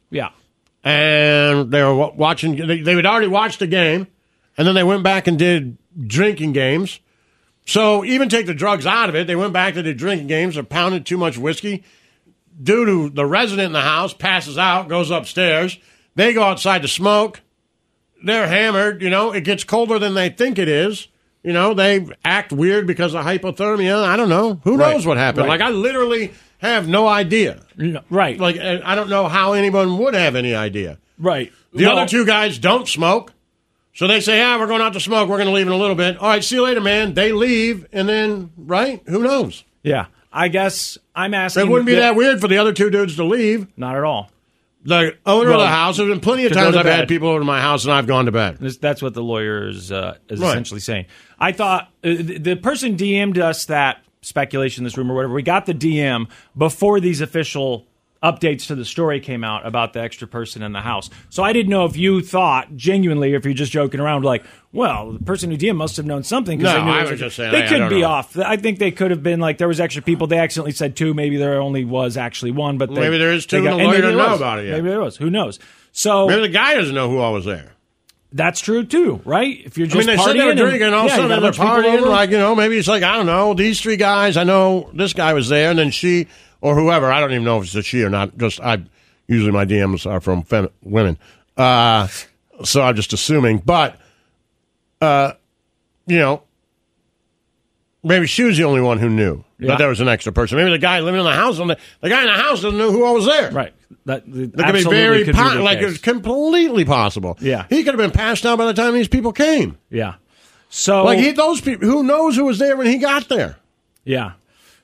Yeah,
and they were wa- watching. They, they had already watched the game, and then they went back and did drinking games. So even take the drugs out of it, they went back to the drinking games. They pounded too much whiskey. Due to the resident in the house passes out, goes upstairs. They go outside to smoke. They're hammered. You know, it gets colder than they think it is. You know, they act weird because of hypothermia. I don't know. Who knows what happened? Like I literally have no idea.
No, right,
Like uh, I I don't know how anyone would have any idea.
right.
The
No.
other two guys don't smoke. So they say, ah, we're going out to smoke. We're going to leave in a little bit. All right, see you later, man. They leave, and then, right? Who knows?
Yeah, I guess I'm asking.
It wouldn't be that weird for the other two dudes to leave.
Not at all.
The owner of
Well,
the house, there's been plenty of
to go
times
to
I've
bed.
had people over to my house and I've gone to bed.
This- That's what the lawyer is, uh, is
Right.
essentially saying. I thought uh, the the person DM'd us that speculation, this rumor, whatever. We got the DM before these official updates to the story came out about the extra person in the house. So I didn't know if you thought genuinely, or if you're just joking around, like, well, the person who DM must have known something. 'cause
No,
they knew
I
there
was
a-
just saying,
they
I- I
could
don't
be
know.
off. I think they could have been like there was extra people. They accidentally said two. Maybe there only was actually one, but they,
Maybe there is two
they
and the
maybe
lawyer
there
didn't know
was.
about it yet.
Maybe there was. Who knows? So
Maybe the guy doesn't know who I was there.
that's true too, right? If you're
I mean,
just
they
partying
said they were drinking,
and,
and all of a
yeah, you
sudden
got
they're
bunch of people
partying.
over.
Like, you know, maybe it's like, I don't know, these three guys, I know this guy was there, and then she or whoever. I don't even know if it's a she or not. Just, I usually my DMs are from fem- women. Uh, so I'm just assuming. But, uh, you know, maybe she was the only one who knew
Yeah.
that there was an extra person. Maybe the guy living in the house, the, the guy in the house doesn't know who I was there.
right? That,
That could be very po- like it's completely possible.
Yeah.
he could have been passed out by the time these people came.
yeah.
Oh.
So
Like he, those people, who knows who was there when he got there?
yeah.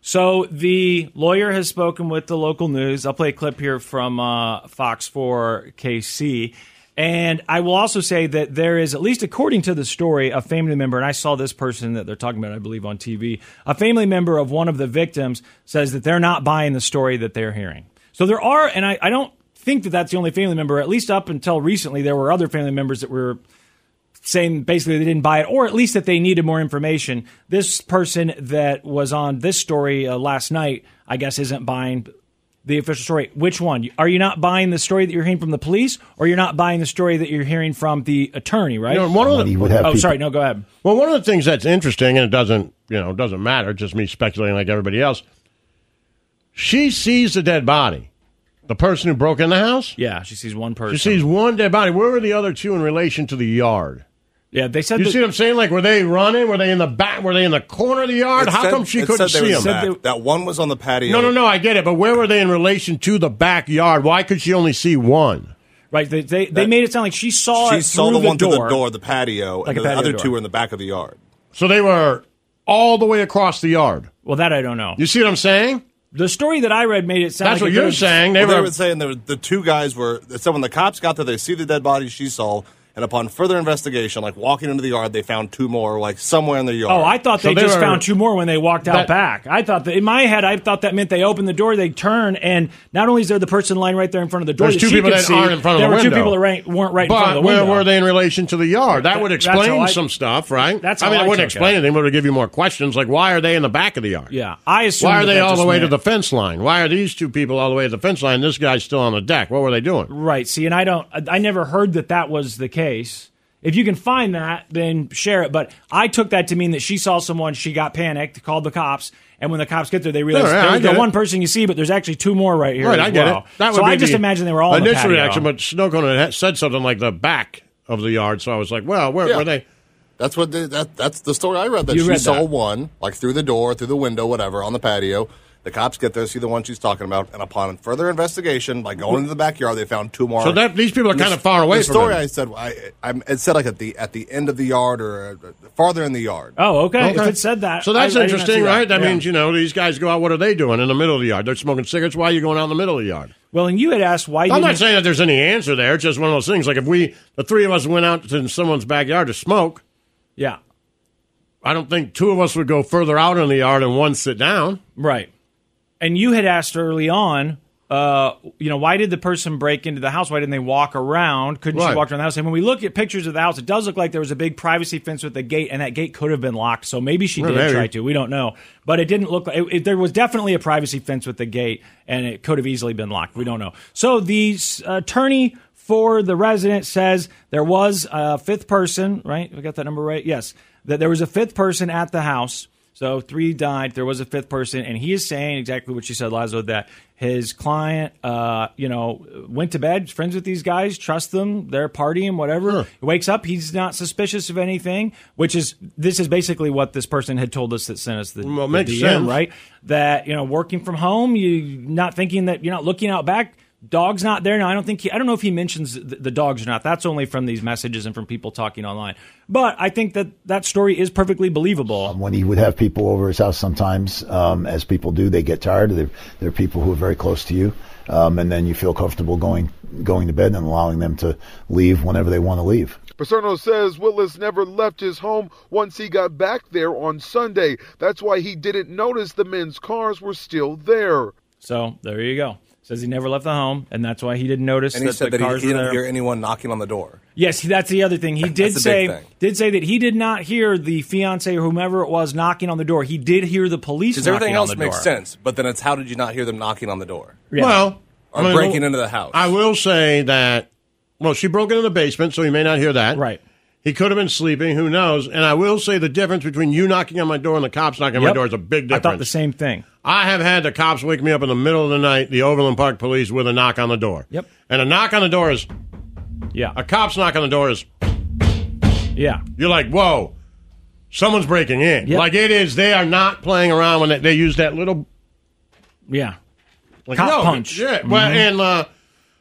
So the lawyer has spoken with the local news. I'll play a clip here from uh, Fox 4 KC. And I will also say that there is, at least according to the story, a family member, and I saw this person that they're talking about, I believe, on TV. A family member of one of the victims says that they're not buying the story that they're hearing. So there are, and I, I don't think that that's the only family member. At least up until recently, there were other family members that were saying basically they didn't buy it, or at least that they needed more information. This person that was on this story uh, last night, I guess, isn't buying the official story. Which one? Are you not buying the story that you're hearing from the police, or you're not buying the story that you're hearing from the attorney? Right?
You know, one of
He
the,
would have
oh,
people-
sorry. No, go ahead.
well, one of the things that's interesting, and it doesn't, you know, it doesn't matter. It's just me speculating like everybody else. She sees the dead body, the person who broke in the house.
Yeah, she sees one person.
She sees one dead body. Where were the other two in relation to the yard?
yeah, they said
You
that-
see what I'm saying? Like, were they running? Were they in the back? Were they in the corner of the yard?
It
How
said-
come she
it
couldn't
said they
see
were
them?
back.
Said they-
That one was on the patio.
No, no, no. I get it, but where were they in relation to the backyard? Why could she only see one?
right. They they, they made it sound like she saw
She
it
saw
through
the one
door.
through the door, of the patio,
Like
and
a
the
patio
other
door.
two were in the back of the yard.
So they were all the way across the yard.
Well, that I don't know.
You see what I'm saying?
The story that I read made it sound.
That's
like
what
it
you're
goes-
saying. They
Well, they
were
were saying the the two guys were. So when the cops got there, they see the dead body she saw, And upon further investigation, like walking into the yard, they found two more, like somewhere in the yard.
Oh, I thought
So
they,
they
just
were-
found two more when they walked out
That-
back. I thought that in my head, I thought that meant they opened the door, they turn, and not only is there the person lying right there in front of the door,
There's
that
two
she
people
could
that
see,
aren't in front of
there
the
were two
window.
people that right, weren't right
but
in front of the
where
window.
were they in relation to the yard? That
That-
would
that's
explain
how I-
some stuff, right?
That's
I
how
mean,
I
it wouldn't
took
explain
it.
anything, but it would give you more questions. Like, why are they in the back of the yard?
Yeah, I assume.
Why are they all the way to the fence line? Why are these two people all the way to the fence line? This guy's still on the deck. What were they doing?
right? See, and I don't. I- I never heard that that was the case. If you can find that, then share it. But I took that to mean that she saw someone, she got panicked, called the cops, and when the cops get there, they realize
yeah, I
there's
get
the
it.
one person you see, but there's actually two more right here.
Right,
as
I get
well.
it. That would
so
be
I just
the
imagine they were all in the
initial
patio.
reaction, but Snowcone had said something like the back of the yard, so I was like, well, where
Yeah.
were they?
That's what they, that that's the story I read. That
You
she
read
saw
that.
one like through the door, through the window, whatever, on the patio. The cops get there, see the one she's talking about, and upon further investigation, by going into the backyard, they found two more.
So that these people are
And the
kind of
s-
far away
The
from
story
him.
I said, I, I it said like at the at the end of the yard or uh, farther in the yard.
Oh, okay. If
Okay.
it said that,
So that's
I- I did not see
interesting,
that.
right? That
Yeah.
means, you know, these guys go out, what are they doing in the middle of the yard? They're smoking cigarettes. Why are you going out in the middle of the yard?
Well, and you had asked why.
I'm
didn't
not saying that there's any answer there. It's just one of those things. Like if we, the three of us went out to someone's backyard to smoke,
Yeah,
I don't think two of us would go further out in the yard and one sit down.
right. And you had asked early on, uh, you know, why did the person break into the house? Why didn't they walk around? Couldn't
Right.
she walk around the house? And when we look at pictures of the house, it does look like there was a big privacy fence with a gate, and that gate could have been locked. So maybe she
Well,
did
maybe.
try to. We don't know, but it didn't look like it, it- there was definitely a privacy fence with the gate, and it could have easily been locked. We don't know. So the s- attorney for the resident says there was a fifth person, right? We got that number right? Yes. That there was a fifth person at the house. So three died. There was a fifth person, and he is saying exactly what she said, Lazo, that his client, uh, you know, went to bed, friends with these guys, trust them, they're partying, whatever. He wakes up, he's not suspicious of anything, which is this is basically what this person had told us that sent us the,
Well,
the
makes
DM,
sense.
right? That you know, working from home, you not thinking that you're not looking out back. Dog's not there now. I don't think he. I don't know if he mentions the, the dogs or not. That's only from these messages and from people talking online. But I think that that story is perfectly believable.
um, when he would have people over his house sometimes, um, as people do, they get tired. There, there are people who are very close to you, um, and then you feel comfortable going going to bed and allowing them to leave whenever they want to leave.
Paserno says Willis never left his home once he got back there on Sunday. That's why he didn't notice the men's cars were still there.
So there you go. Says he never left the home, and that's why he didn't notice
and
that
he said
the
that he,
cars
he
were
didn't
there.
hear anyone knocking on the door.
Yes, that's the other thing. He did
the big
say
thing.
did say that he did not hear the fiance or whomever it was knocking on the door. He did hear the police.
Because
knocking
everything
on
else
the
makes
door.
sense, but then it's how did you not hear them knocking on the door?
Yeah.
Well,
Or breaking into the house.
I will say that. Well, she broke into the basement, so he may not hear that.
Right.
He could have been sleeping. Who knows? And I will say the difference between you knocking on my door and the cops knocking on my
Yep.
door is a big difference.
I thought the same thing.
I have had the cops wake me up in the middle of the night, the Overland Park police, with a knock on the door.
Yep.
And a knock on the door is
Yeah,
a cop's knock on the door is
yeah,
you're like, whoa, someone's breaking in.
Yep.
Like it is. They are not playing around when they, they use that little
yeah.
like,
Cop
no,
punch. Mm-hmm.
Yeah. Well, and uh,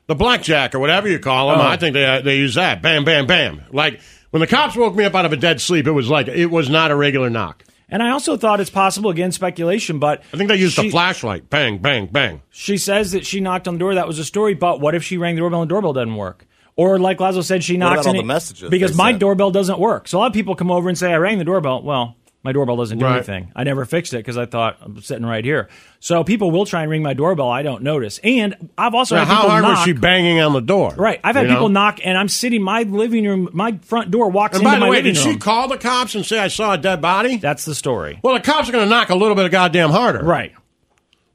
the blackjack or whatever you call them,
Oh.
I think they they use that. Bam, bam, bam. Like when the cops woke me up out of a dead sleep, it was like it was not a regular knock.
And I also thought it's possible again speculation, but
I think they used
she-
a flashlight. Bang, bang, bang.
She says that she knocked on the door. That was a story. But what if she rang the doorbell and the doorbell doesn't work? Or like Lazo said, she knocks
about all
and
the
it-
messages
because
they
my
sent?
doorbell doesn't work. So a lot of people come over and say I rang the doorbell. Well, my doorbell doesn't do
Right.
anything. I never fixed it because I thought I'm sitting right here. So people will try and ring my doorbell. I don't notice. And I've also
Now,
had
how
people
hard
knock.
was she banging on the door?
Right, I've had
You know?
people knock, and I'm sitting. My living room, my front door walks
And
into
by the
my
way,
living
did
room.
she call the cops and say I saw a dead body?
That's the story.
well, the cops are going to knock a little bit of goddamn harder,
Right.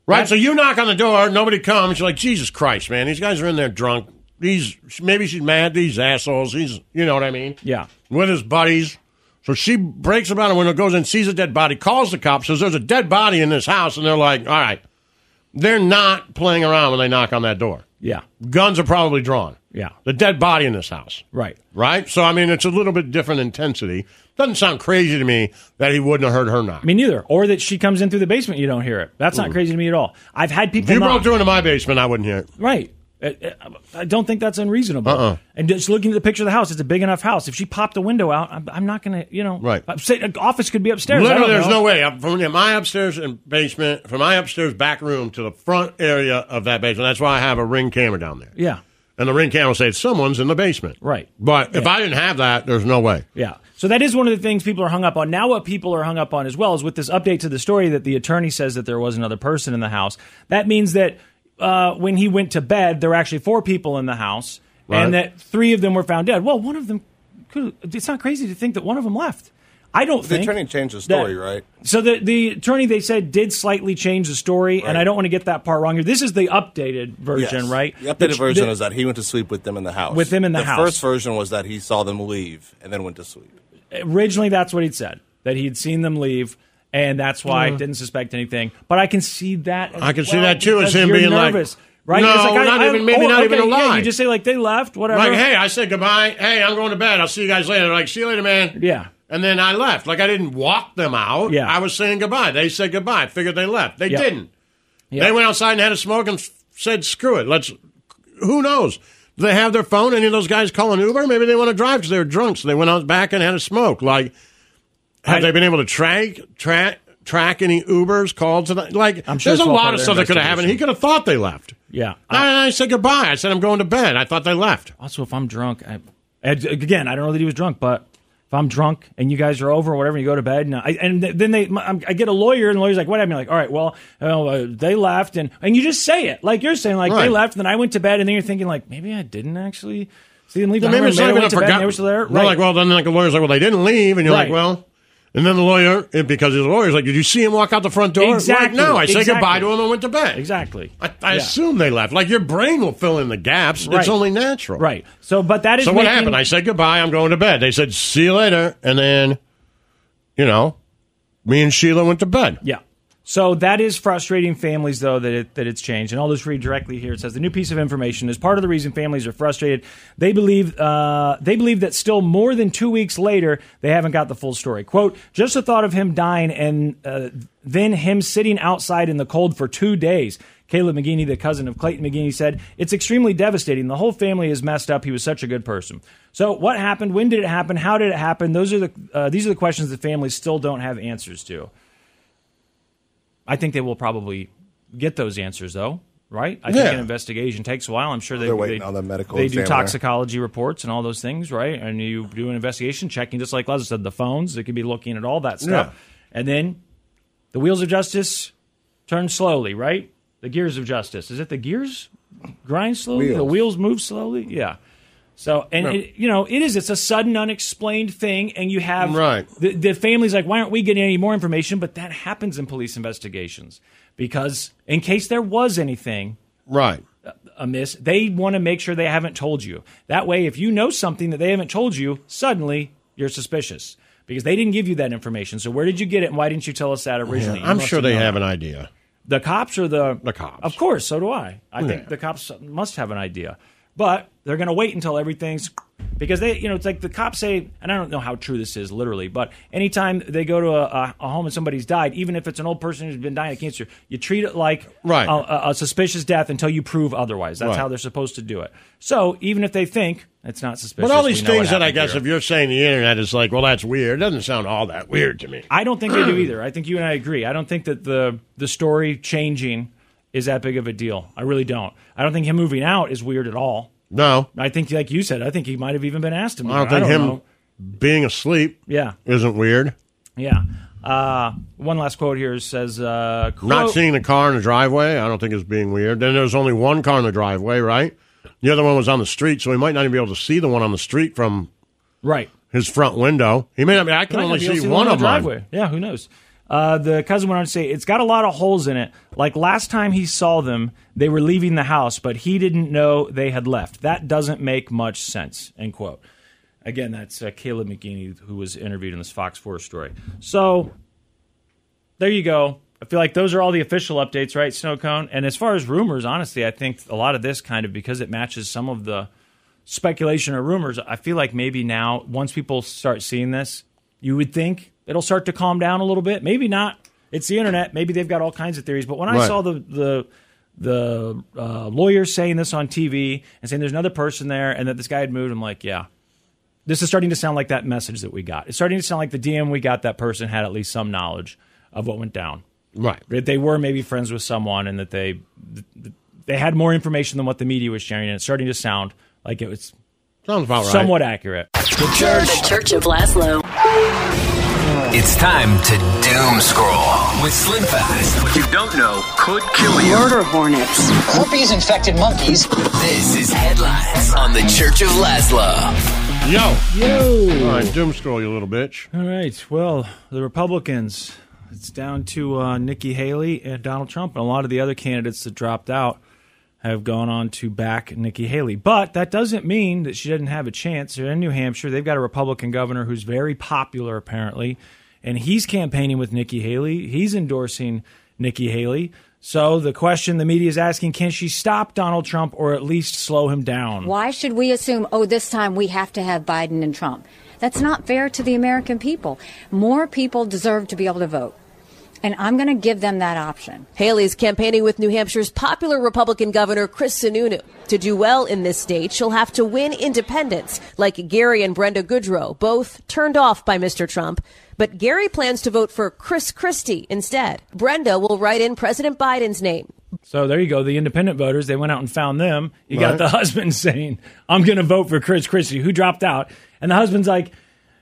Right. So you knock on the door, nobody comes. You're like, Jesus Christ, man! These guys are in there drunk. These maybe she's mad. These assholes. These, you know what I mean?
Yeah.
with his buddies. So she breaks about it when it goes in, sees a dead body, calls the cops, says there's a dead body in this house, and they're like, all right. They're not playing around when they knock on that door.
Yeah.
Guns are probably drawn.
Yeah.
The dead body in this house.
Right.
Right? So, I mean, it's a little bit different intensity. Doesn't sound crazy to me that he wouldn't have heard her knock.
Me neither. Or that she comes in through the basement, you don't hear it. That's not crazy to me at all. I've had
if
people.
you
knock.
broke through into my basement, I wouldn't hear it.
Right. I- I- I don't think that's unreasonable.
Uh-uh.
And just looking at the picture of the house, it's a big enough house. If she popped the window out, I'm, I'm not going to, you know.
Right.
I'm saying, an office could be upstairs. I
Literally,
don't
there's
know.
no way. I'm From my upstairs and basement, from my upstairs back room to the front area of that basement. That's why I have a ring camera down there.
Yeah.
and the ring count will say someone's in the basement.
Right.
But if I didn't have that, there's no way.
Yeah. So that is one of the things people are hung up on. Now, what people are hung up on as well is with this update to the story that the attorney says that there was another person in the house. That means that uh, when he went to bed, there were actually four people in the house,
Right.
and that three of them were found dead. Well, one of them. Could, it's not crazy to think that one of them left. I don't
The
think
attorney changed the
that-
story, right?
So the the attorney they said did slightly change the story, and I don't want to get that part wrong here. This is the updated version,
Yes.
right?
The updated
The-
version
the-
is that he went to sleep with them in the house.
With them in the house.
The first version was that he saw them leave and then went to sleep.
originally that's what he'd said that he'd seen them leave and that's why I didn't suspect anything but i can see that as
Mm. I can see
well,
that too, as
because
him
you're
being like,
nervous, right
"No,
It's
not even- maybe not even
oh, okay, yeah,
alive."
you just say like they left whatever
Like, hey, I said goodbye. Hey, I'm going to bed. I'll see you guys later. They're like, see you later, man.
yeah
And then I left. Like I didn't walk them out.
Yeah.
I was saying goodbye. They said goodbye. I figured they left. They
Yeah.
didn't. They went outside and had a smoke and s- said, "Screw it. Let's." Who knows? Do they have their phone? Any of those guys call an Uber? Maybe they want to drive because they were drunk, so they went out back and had a smoke. Like, have
I-
they been able to track track track any Ubers called to the like?
I'm sure
there's
it's
a
all
lot
part
of
of
stuff
their
that could have happened. He could have thought they left.
yeah I-
And I said goodbye. I said I'm going to bed. I thought they left.
also if i'm drunk I, and again i don't know that he was drunk but if i'm drunk and you guys are over or whatever and you go to bed and, I, and then they I'm, i get a lawyer and the lawyer's like what happened You're like all right well oh, uh, they left and and you just say it like you're saying like they
Right.
left and then i went to bed and then you're thinking like maybe i didn't actually see them leave I
Maybe
remember
it's
they
not even
went
a
to bed and
forgot-
they were still there
They're
right
like, well, then like the lawyer's like, well, they didn't leave, and you're like,
Right.
well, and then the lawyer, it- because his lawyer's like, did you see him walk out the front door? Like,
Exactly.
no, I said
Exactly.
goodbye to him and went to bed.
exactly
I, I
Yeah.
assume they left. Like your brain will fill in the gaps. It's
Right.
only natural.
right so but that is
So what
making-
happened? I said goodbye. I'm going to bed. They said see you later, and then, you know, me and Sheila went to bed.
Yeah. So that is frustrating families, though, that, it, that it's changed. And I'll just read directly here. It says the new piece of information is part of the reason families are frustrated. They believe uh, they believe that still more than two weeks later, they haven't got the full story. Quote: Just the thought of him dying and uh, then him sitting outside in the cold for two days. Caleb McGinney, the cousin of Clayton McGinney, said, It's extremely devastating. The whole family is messed up. He was such a good person. So, what happened? When did it happen? How did it happen? Those are the, uh, these are the questions that families still don't have answers to. I think they will probably get those answers, though, right? I
Yeah.
think an investigation takes a while. I'm sure they,
They're waiting
they,
on the medical
They
examiner.
do toxicology reports and all those things, right? And you do an investigation, checking, just like Leslie said, the phones. They could be looking at all that stuff, and then the wheels of justice turn slowly, right? The gears of justice. Is it the gears grind slowly? The wheels move slowly. Yeah. So and it, you know it is. It's a sudden, unexplained thing, and you have
Right.
The, the family's like, why aren't we getting any more information? But that happens in police investigations because in case there was anything
Right.
amiss, they want to make sure they haven't told you. That way, if you know something that they haven't told you, suddenly you're suspicious because they didn't give you that information. So where did you get it, and why didn't you tell us that originally? You
I'm
must
sure they
known.
have an idea.
The cops or the
The cops.
Of course, so do I. I
Yeah.
think the cops must have an idea, but they're going to wait until everything's because they, you know, it's like the cops say, and I don't know how true this is literally, but anytime they go to a, a, a home and somebody's died, even if it's an old person who's been dying of cancer, you treat it like
Right.
a, a, a suspicious death until you prove otherwise. That's
Right.
how they're supposed to do it. So even if they think it's not suspicious,
But all
we
these
know what
things that I
happened
guess,
here.
if you're saying the internet is like, well, that's weird. It doesn't sound all that weird to me.
I don't think they do either. I think you and I agree. I don't think that the the story changing is that big of a deal. I really don't. I don't think him moving out is weird at all.
No,
I think, like you said, I think he might have even been asked to move.
I don't
out.
think him
know.
being asleep
Yeah,
isn't weird.
yeah. Uh, one last quote here says, uh, quote,
Not seeing the car in the driveway, I don't think is being weird. Then there's only one car in the driveway, right? The other one was on the street, so he might not even be able to see the one on the street from
right."
his front window. He may not be. I can
Might
only
not be able
see
to the
one
in the
of mine.
driveway. Yeah, who knows? Uh, the cousin went on to say, "It's got a lot of holes in it. Like last time he saw them, they were leaving the house, but he didn't know they had left. That doesn't make much sense." End quote. Again, that's uh, Caleb McGinney who was interviewed in this Fox Four story. So there you go. I feel like those are all the official updates, right, Snow Cone? And as far as rumors, honestly, I think a lot of this kind of because it matches some of the speculation or rumors, I feel like maybe now, once people start seeing this, you would think it'll start to calm down a little bit. Maybe not. It's the internet. Maybe they've got all kinds of theories. But when
Right.
I saw the the the uh, lawyer saying this on TV and saying there's another person there and that this guy had moved, I'm like, yeah, this is starting to sound like that message that we got. It's starting to sound like the DM we got. That person had at least some knowledge of what went down.
Right.
That they were maybe friends with someone and that they th- th- they had more information than what the media was sharing, and it's starting to sound like it was
Sounds about right.
somewhat accurate.
The Church of Laszlo.
It's time to doom scroll with Slim Fast. What you don't know could kill you.
Murder hornets.
Herpes infected monkeys.
This is headlines on the Church of Laszlo.
Yo.
Yo.
All right, doom scroll, you little bitch.
All right. Well, the Republicans. It's down to uh, Nikki Haley and Donald Trump, and a lot of the other candidates that dropped out have gone on to back Nikki Haley. But that doesn't mean that she didn't have a chance. They're in New Hampshire. They've got a Republican governor who's very popular, apparently, and he's campaigning with Nikki Haley. He's endorsing Nikki Haley. So the question the media is asking: Can she stop Donald Trump or at least slow him down?
Why should we assume, oh, this time we have to have Biden and Trump? That's not fair to the American people. More people deserve to be able to vote. And I'm going to give them that option.
Haley's campaigning with New Hampshire's popular Republican Governor Chris Sununu. To do well in this state, she'll have to win independents, like Gary and Brenda Goodrow, both turned off by Mr. Trump. But Gary plans to vote for Chris Christie instead. Brenda will write in President Biden's name.
So there you go. The independent voters, they went out and found them. You got the husband saying, I'm going to vote for Chris Christie, who dropped out. And the husband's like,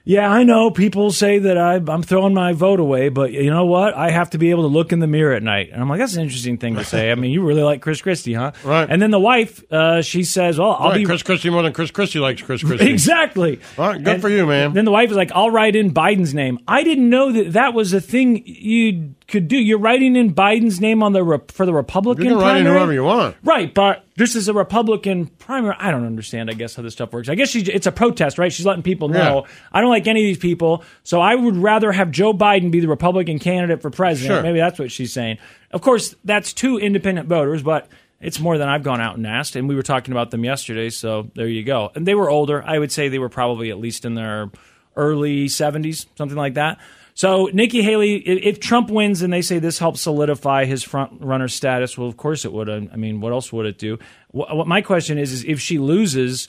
Yeah, I know people say that I, I'm throwing my vote away, but you know what? I have to be able to look in the mirror at night. And I'm like, That's an interesting thing to say. I mean, you really like Chris Christie, huh?
Right.
And then the wife, uh, she says, Well, I'll
All right,
be.
Chris Christie more than Chris Christie likes Chris Christie.
Exactly.
All right, good
And
for you, man.
Then the wife is like, "I'll write in Biden's name." I didn't know that that was a thing you could do. You're writing in Biden's name on the rep- for the Republican.
You can write in
primary?
whoever you want.
Right, but this is a Republican primary. I don't understand. I guess how this stuff works. I guess she, it's a protest, right? She's letting people know
Yeah.
I don't like any of these people, so I would rather have Joe Biden be the Republican candidate for president.
Sure.
Maybe that's what she's saying. Of course, that's two independent voters, but it's more than I've gone out and asked. And we were talking about them yesterday, so there you go. And they were older. I would say they were probably at least in their early seventies, something like that. So Nikki Haley, i- if Trump wins and they say this helps solidify his front runner status, well, of course it would. I I mean, what else would it do? What, what my question is is if she loses,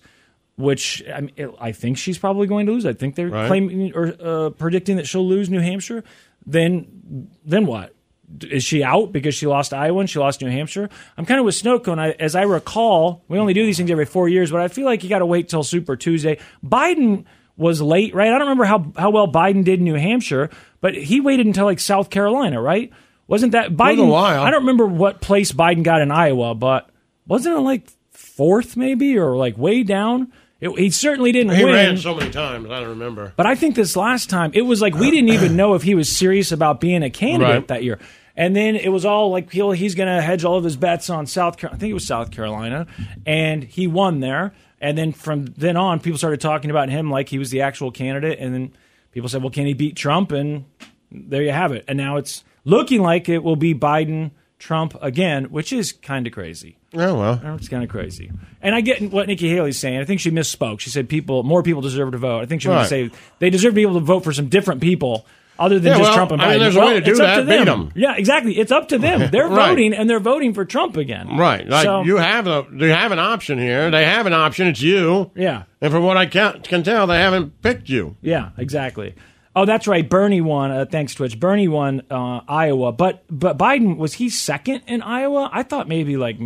which I, mean, it- I think she's probably going to lose. I think they're
Right.
claiming or uh, predicting that she'll lose New Hampshire. Then, then what? D- Is she out because she lost Iowa and she lost New Hampshire? I'm kind of with Snowcone. I, as I recall, we only do these things every four years, but I feel like you got to wait till Super Tuesday. Biden was late, right? I don't remember how, how well Biden did in New Hampshire, but he waited until like South Carolina, right? Wasn't that Biden?
a while.
I don't remember what place Biden got in Iowa, but wasn't it like fourth maybe or like way down? It, he certainly didn't
He
win.
ran so many times, I don't remember.
But I think this last time it was like we didn't even know if he was serious about being a candidate
Right.
that year. And then it was all like he'll, he's going to hedge all of his bets on South Carolina. I think it was South Carolina, and he won there. And then from then on, people started talking about him like he was the actual candidate. And then people said, "Well, can he beat Trump?" And there you have it. And now it's looking like it will be Biden Trump again, which is kind of crazy.
Oh, well.
It's kind of crazy. And I get what Nikki Haley's saying. I think she misspoke. She said people, more people deserve to vote. I think she was
Right.
going to say they deserve to be able to vote for some different people other than
Yeah,
just
well,
Trump and Biden.
I mean, there's a
well,
way to do
it's up
that.
To them.
Beat 'em.
Yeah, exactly. It's up to them. They're
Right.
voting and they're voting for Trump again.
Right. Like,
so,
you have a, they have an option here. They have an option. It's you.
Yeah.
And from what I can, can tell, they haven't picked you.
Yeah, exactly. Oh, that's right. Bernie won. Uh, thanks, Twitch. Bernie won uh, Iowa, but but Biden was he second in Iowa? I thought maybe like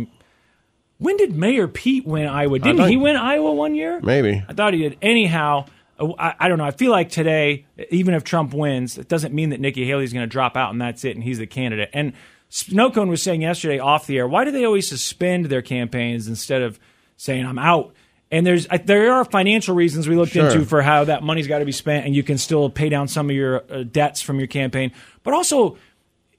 when did Mayor Pete win Iowa? Didn't
think-
he win Iowa one year?
Maybe.
I thought he did. Anyhow, I, I don't know. I feel like today, even if Trump wins, it doesn't mean that Nikki Haley's going to drop out and that's it, and he's the candidate. And Snowcone was saying yesterday off the air, why do they always suspend their campaigns instead of saying I'm out? And there's I- there are financial reasons we looked
Sure.
into for how that money's got to be spent, and you can still pay down some of your uh, debts from your campaign, but also.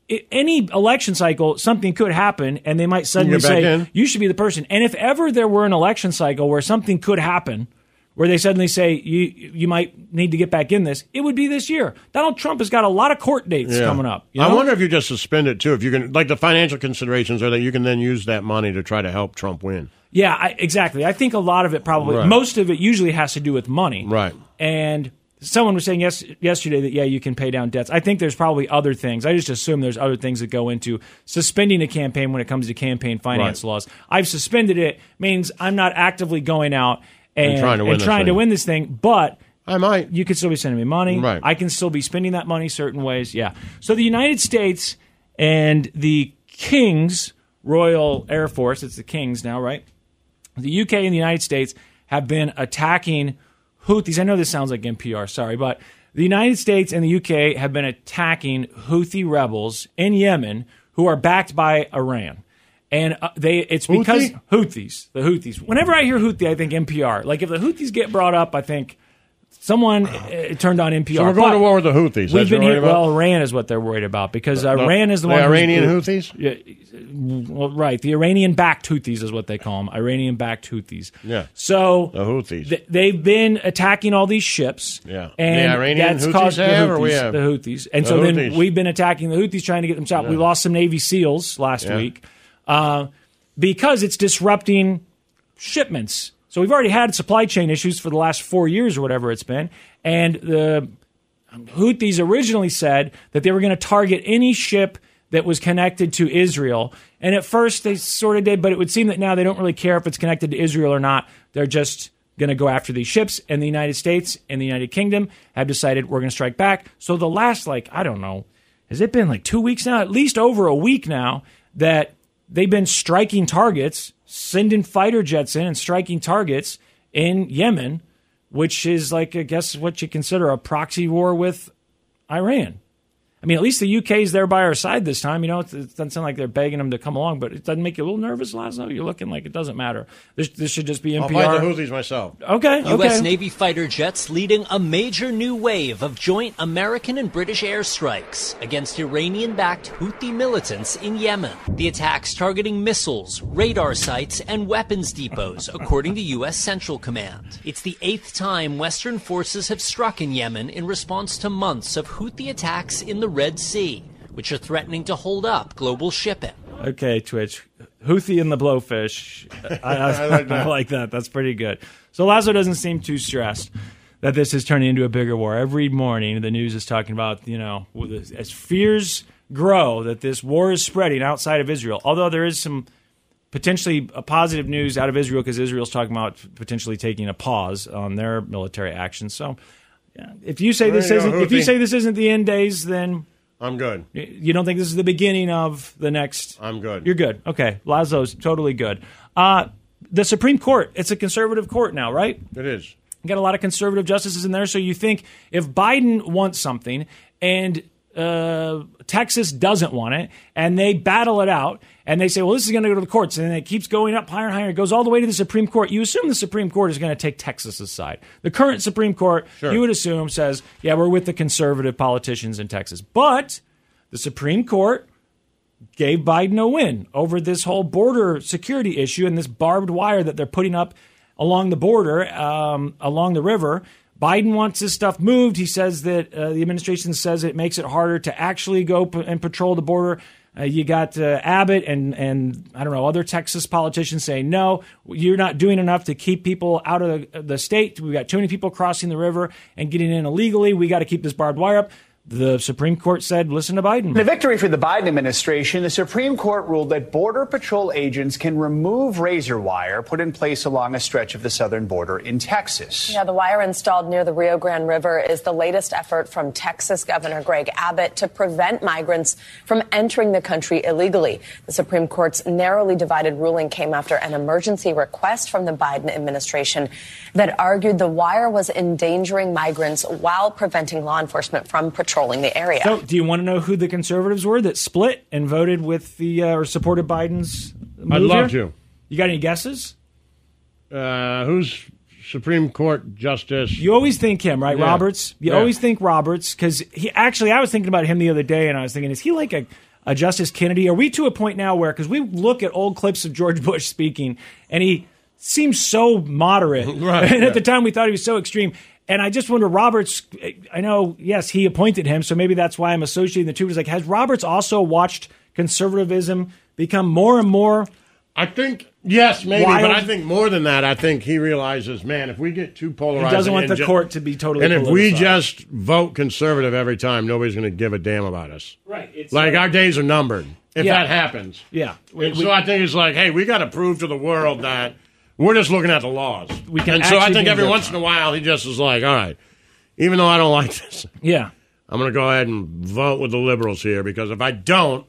i- Any election cycle, something could happen, and they might suddenly
Get back
say,
in.
you should be the person. And if ever there were an election cycle where something could happen, where they suddenly say you you might need to get back in this, it would be this year. Donald Trump has got a lot of court dates
Yeah.
coming up. you know?
I wonder if you just suspend it too. If you can, like the financial considerations are that you can then use that money to try to help Trump win.
Yeah, I, exactly. I think a lot of it probably,
Right.
most of it usually has to do with money.
Right.
And someone was saying yes yesterday that yeah, you can pay down debts. I think there's probably other things. I just assume there's other things that go into suspending a campaign when it comes to campaign finance
Right.
laws. I've suspended it means I'm not actively going out and,
trying to win
and
this
trying to
thing.
win this thing, but
I might.
you could still be sending me money.
Right.
I can still be spending that money certain ways. Yeah. So the United States and the Kings Royal Air Force, it's the Kings now, right? The UK and the United States have been attacking Houthis. I know this sounds like NPR, sorry, but the United States and the UK have been attacking Houthi rebels in Yemen who are backed by Iran. And uh, they it's because
Houthi?
Houthis, the Houthis. Whenever I hear Houthi, I think NPR. Like if the Houthis get brought up, I think someone uh, turned on NPR.
So we're going
But
to war with the Houthis.
We've
That's
been
what
here.
you're about?
Well, Iran is what they're worried about because
The-
Iran is the,
the
one. who's-
Iranian Houthis?
Yeah, well, right. The Iranian backed Houthis is what they call them. Iranian backed Houthis.
yeah.
So
The Houthis.
Th- they've been attacking all these ships.
Yeah.
And
The Iranian
that's
Houthis
caused
have,
the Houthis,
or we have?
the Houthis. And
The
so
Houthis.
then we've been attacking the Houthis trying to get them stopped. We lost some Navy SEALs last
Yeah.
week uh, because it's disrupting shipments. So we've already had supply chain issues for the last four years or whatever it's been. And the Houthis originally said that they were going to target any ship that was connected to Israel. And at first they sort of did, but it would seem that now they don't really care if it's connected to Israel or not. They're just going to go after these ships. And the United States and the United Kingdom have decided we're going to strike back. So the last, like, I don't know, has it been like two weeks now? At least over a week now that they've been striking targets, sending fighter jets in and striking targets in Yemen which is like I guess what you consider a proxy war with Iran. I mean, at least the UK is there by our side this time. You know, it it doesn't sound like they're begging them to come along, but it doesn't make you a little nervous, Laszlo. You're looking like it doesn't matter. This this should just be NPR.
I'll fight the Houthis myself.
Okay,
U.S.
okay.
Navy fighter jets leading a major new wave of joint American and British airstrikes against Iranian backed Houthi militants in Yemen. The attacks targeting missiles, radar sites, and weapons depots, according to U.S. Central Command. It's the eighth time Western forces have struck in Yemen in response to months of Houthi attacks in the Red Sea, which are threatening to hold up global shipping.
Okay, Twitch. Houthi and the Blowfish. I, I,
I
I
like
like
that.
that. That's pretty good. So Lazo doesn't seem too stressed that this is turning into a bigger war. Every morning, the news is talking about, you know, with- as fears grow that this war is spreading outside of Israel, although there is some potentially a positive news out of Israel because Israel's talking about potentially taking a pause on their military actions. So yeah, if you say
There
this
you go,
isn't if you
Houthi.
say this isn't the end days, then
I'm good.
you don't think this is the beginning of the next? I'm good. You're good. Okay, Lazo's totally good. Uh, the Supreme Court. It's a conservative court now, right?
It is.
Got a lot of conservative justices in there. So you think if Biden wants something and uh, Texas doesn't want it, and they battle it out, and they say, "Well, this is going to go to the courts," and then it keeps going up higher and higher. It goes all the way to the Supreme Court. You assume the Supreme Court is going to take Texas's side. The current Supreme Court, you would assume, says, "Yeah, we're with the conservative politicians in Texas," but the Supreme Court gave Biden a win over this whole border security issue and this barbed wire that they're putting up along the border, um, along the river. Biden wants this stuff moved. He says that uh, the administration says it makes it harder to actually go p- and patrol the border. Uh, you got uh, Abbott and and I don't know other Texas politicians saying no, you're not doing enough to keep people out of the, the state. We've got too many people crossing the river and getting in illegally. We got to keep this barbed wire up. The Supreme Court said, listen to Biden.
The victory for the Biden administration, the Supreme Court ruled that Border Patrol agents can remove razor wire put in place along a stretch of the southern border in Texas.
Now, the wire installed near the Rio Grande River is the latest effort from Texas Governor Greg Abbott to prevent migrants from entering the country illegally. The Supreme Court's narrowly divided ruling came after an emergency request from the Biden administration that argued the wire was endangering migrants while preventing law enforcement from patrolling the area.
So, do you want to know who the conservatives were that split and voted with the uh, or supported Biden's? Move
I'd love
here?
to.
You got any guesses?
Uh, who's Supreme Court Justice?
You always think him, right,
Yeah.
Roberts? You
Yeah.
always think Roberts because he actually. I was thinking about him the other day, and I was thinking, is he like a, a Justice Kennedy? Are we to a point now where because we look at old clips of George Bush speaking, and he seems so moderate,
Right,
and
yeah.
at the time we thought he was so extreme. And I just wonder, Roberts. I know, yes, he appointed him, so maybe that's why I'm associating the two. It's like, has Roberts also watched conservatism become more and more?
I think yes, Maybe,
Wild?
but I think more than that, I think he realizes, man, if we get too
he
polarized,
doesn't want
and
the
ju-
court to be totally.
and if we
politicized.
just vote conservative every time, nobody's going to give a damn about us.
Right, it's
like
like-
our days are numbered. If
Yeah.
that happens,
yeah,
And so I think it's like, hey, we got to prove to the world that we're just looking at the laws.
We can
and so I
actually
think
do
every
that.
once in a while, he just is like, all right, even though I don't like this,
yeah,
I'm going to go ahead and vote with the liberals here because if I don't,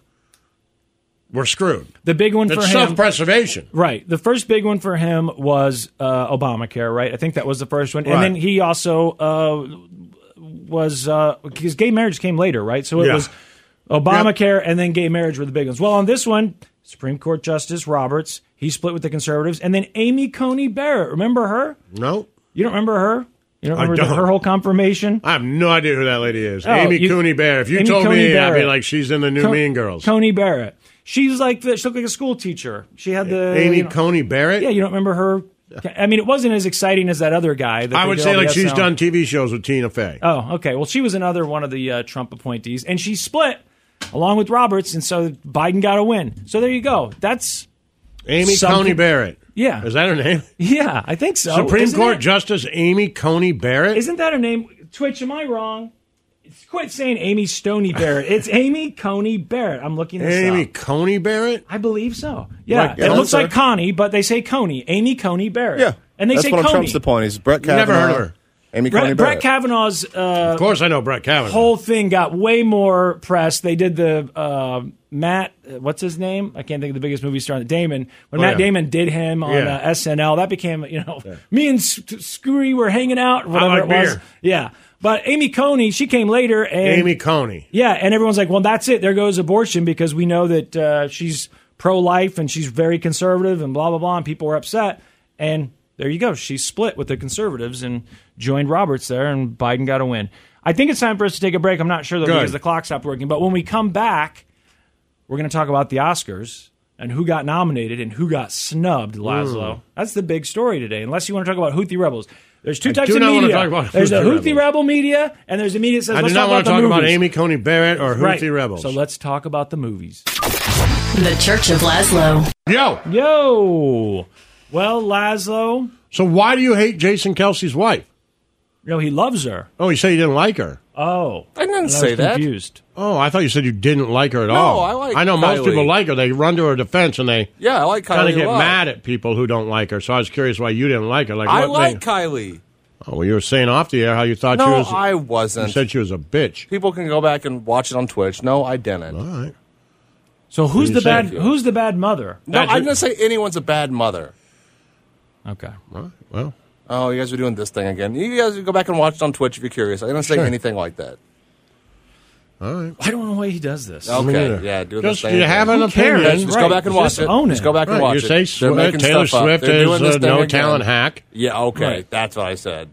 we're screwed.
The big one
It's
for him.
self-preservation.
Right. The first big one for him was uh, Obamacare, right? I think that was the first one.
Right.
And then he also uh, was, uh, because gay marriage came later, right? So it
Yeah.
was Obamacare and then gay marriage were the big ones. Well, on this one, Supreme Court Justice Roberts, he split with the conservatives. And then Amy Coney Barrett, remember her?
No.
You don't remember her? You don't
I
remember the-
don't.
her whole confirmation?
I have no idea who that lady is.
Oh,
Amy
you-
Cooney Bear. If you
Amy
told
Coney
me, I'd be
Barrett.
like, she's in the new
Co-
Mean Girls.
Coney Barrett. She's like the, she looked like a school teacher. She had the
Amy
uh, you know-
Coney Barrett.
Yeah, you don't remember her? I mean, it wasn't as exciting as that other guy. That
I
they
would
did
say
all the
like she's
SNL.
done TV shows with Tina Fey.
Oh, okay. Well, she was another one of the uh, Trump appointees, and she split along with Roberts, and so Biden got a win. So there you go. That's
Amy
some-
Coney Barrett.
Yeah,
Is that her name?
yeah, I think so.
Supreme
Isn't
Court
it-
Justice Amy Coney Barrett.
Isn't that her name? Twitch, am I wrong? Quit saying Amy Stoney Barrett. It's Amy Coney Barrett. I'm looking this
Amy
up.
Coney Barrett?
I believe so. Yeah,
Like,
it
yeah,
looks
sir.
like Coney, but they say Coney. Amy Coney Barrett. Yeah, and they
That's
say
one
Coney.
of Trump's appointees. Brett Kavanaugh.
Never heard of her.
Amy Coney
Brett, Brett
Barrett.
Kavanaugh's uh, of
course, I know Brett Kavanaugh.
whole thing got way more press. They did the uh, Matt, uh, what's his name? I can't think of the biggest movie star. Damon. When
Oh,
Matt
yeah.
Damon did him on
Yeah.
uh, SNL, that became you know me and S- Scoory were hanging out, whatever
like
it was.
beer.
Yeah, but Amy Coney, she came later, and
Amy Coney.
yeah, and everyone's like, well, that's it. There goes abortion because we know that uh, she's pro life and she's very conservative and blah, blah, blah. And people were upset. And there you go. She split with the conservatives and joined Roberts there, and Biden got a win. I think it's time for us to take a break. I'm not sure, though,
Good.
because the clock stopped working. But when we come back, we're going to talk about the Oscars and who got nominated and who got snubbed, Laszlo.
Mm.
That's the big story today, unless you want to talk about Houthi rebels. There's two
I
types
do
of
not
media.
wanna talk about
there's the
Houthi
Houthi rebel media, and there's the media that says,
I do
let's
not
talk
want to
about the
talk about
movies.
Amy Coney Barrett or Houthi
Right.
rebels.
So let's talk about the movies.
The Church of Laszlo.
Yo,
yo. Well, Laszlo.
So why do you hate Jason Kelsey's wife?
No, he loves her.
Oh, you say you didn't like her.
Oh,
I didn't
was say that. confused.
Oh, I thought you said you didn't like her at
No,
all.
I like
I know most
Kylie.
people like her. They run to her defense and they
Yeah, I like
kind
Kylie
of get
a lot.
mad at people who don't like her. So I was curious why you didn't like her. Like
I
what
like
made-
Kylie.
Oh, well, you were saying off the air how you thought
No,
she was.
I
You
wasn't.
said she was a bitch.
People can go back and watch it on Twitch. No, I didn't. All
right.
So who's
Who'd
the
you say?
bad? Who's the bad mother?
No, I'm going to say anyone's a bad mother.
Okay.
Well.
Oh, you guys are doing this thing again. You guys go back and watch it on Twitch if you're curious. I didn't say
Sure.
anything like that.
All right.
I don't know why he does this.
Okay, yeah, do the
Just
same
you have
thing.
an
Who
opinion.
cares? Just go back and watch
Just
it.
own
Just go back and
Right,
watch
you
it.
say
They're
Swi-
making
Taylor
stuff up.
Swift
They're doing
is
this
a
thing again.
no-talent hack.
Yeah, okay.
Right.
That's what I said.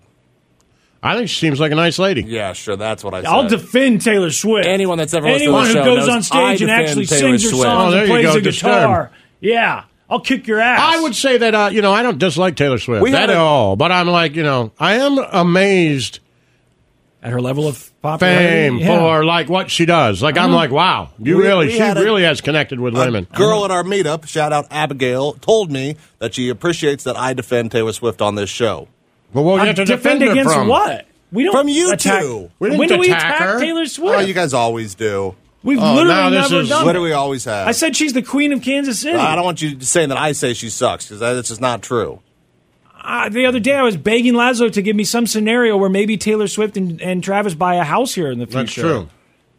I think she seems like a nice lady.
Yeah, sure. That's what I said.
I'll defend Taylor Swift.
Anyone that's ever listened to
anyone
the
who
show
goes
knows
on stage
I
and
defend
actually
Taylor
sings your
Swift.
songs
Oh, there
and
you
plays
go,
a
Disturbed.
guitar. Yeah, I'll kick your ass.
I would say that uh, you know I don't dislike Taylor Swift
We had
at
a-
all, but I'm like you know I am amazed
at her level of
fame
popularity, yeah.
for like what she does. Like I'm
Mhm.
like wow, you
We-
really
we
she
had a-
really has connected with women.
girl at our meetup, shout out Abigail, told me that she appreciates that I defend Taylor Swift on this show.
Well, what
I defend against what? We don't
from you
attack-
two.
We didn't When do we attack attack her. Taylor Swift?
Oh, you guys always do.
We've Oh, literally now this never is- done
What
it.
do we always have?
I said she's the queen of Kansas City.
I don't want you saying that I say she sucks because that's just not true.
Uh, the other day, I was begging Lazlo to give me some scenario where maybe Taylor Swift and, and Travis buy a house here in the future.
That's true.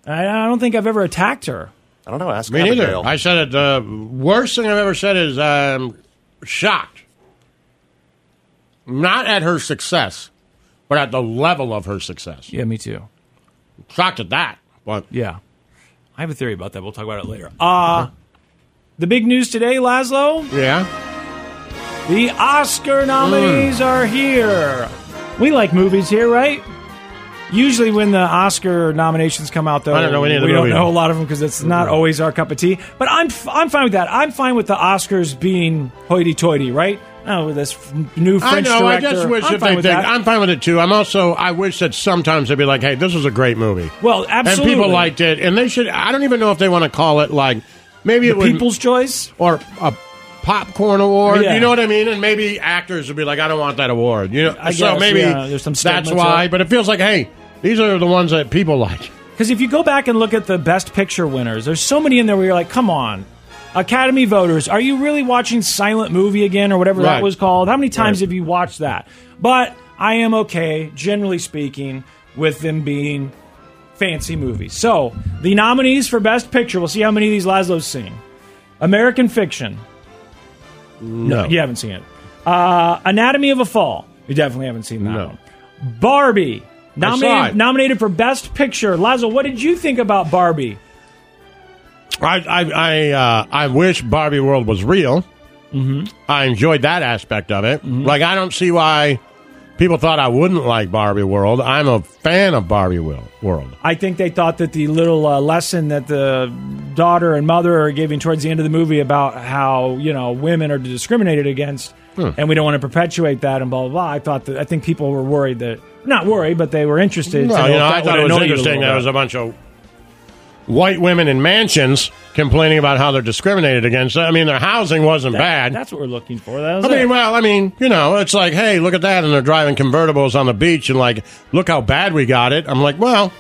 I, I don't think I've ever attacked her.
I don't know. Ask
Me neither. I said it. The worst thing I've ever said is I'm shocked, not at her success, but at the level of her success.
Yeah, me too.
Shocked at that, but
yeah, I have a theory about that. We'll talk about it later. Uh, the big news today, Laszlo.
Yeah.
The Oscar nominees
Mm.
are here. We like movies here, right? Usually, when the Oscar nominations come out, though,
I don't know any of the
we
movies. Mm-hmm.
don't know a lot of them because it's not always our cup of tea. But I'm f- I'm fine with that. I'm fine with the Oscars being hoity-toity, right? Oh, with this f- new French
I know.
director.
I just wish
I'm
if
fine
they
with
think
that.
I'm fine with it too. I'm also I wish that sometimes they'd be like, "Hey, this was a great movie."
Well, absolutely.
And people liked it, and they should. I don't even know if they want to call it like maybe
The
it would,
People's Choice
or a popcorn award.
Yeah.
You know what I mean? And maybe actors would be like, "I don't want that award." You know,
I
so
guess,
maybe
yeah, there's some
that's
stigma to
why.
it.
But it feels like, hey, these are the ones that people like.
Because if you go back and look at the Best Picture winners, there's so many in there where you're like, come on. Academy voters, are you really watching Silent Movie again or whatever
Right.
that was called? How many times
Right.
have you watched that? But I am okay, generally speaking, with them being fancy movies. So, the nominees for Best Picture, we'll see how many of these Laszlo's seen. American Fiction.
No.
you haven't seen it. Uh, Anatomy of a Fall. You definitely haven't seen that.
No.
One. Barbie.
saw it.
Nominated, nominated for Best Picture. Lazo, what did you think about Barbie?
I I I, uh, I wish Barbie World was real. Mm-hmm. I enjoyed that aspect of it.
Mm-hmm.
Like I don't see why people thought I wouldn't like Barbie World. I'm a fan of Barbie Wo- World.
I think they thought that the little uh, lesson that the daughter and mother are giving towards the end of the movie about how you know women are discriminated against,
Hmm.
and we don't want to perpetuate that and blah blah blah. I thought that I think people were worried that not worried, but they were interested.
No,
to
you
if
know,
that
I thought
would
it was
annoy you a
interesting.
little
There
bit.
was a bunch of white women in mansions complaining about how they're discriminated against. I mean, their housing wasn't
That-
bad.
That's what we're looking for. That was
I
it.
mean, well, I mean, you know, it's like, hey, look at that, and they're driving convertibles on the beach, and like, look how bad we got it. I'm like, well,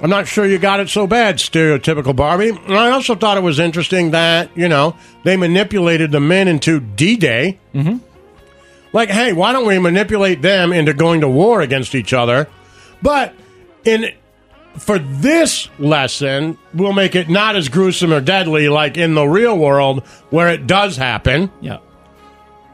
I'm not sure you got it so bad, stereotypical Barbie. And I also thought it was interesting that you know they manipulated the men into D-Day. Mm-hmm. Like, hey, why don't we manipulate them into going to war against each other? But in for this lesson, we'll make it not as gruesome or deadly like in the real world where it does happen.
Yeah.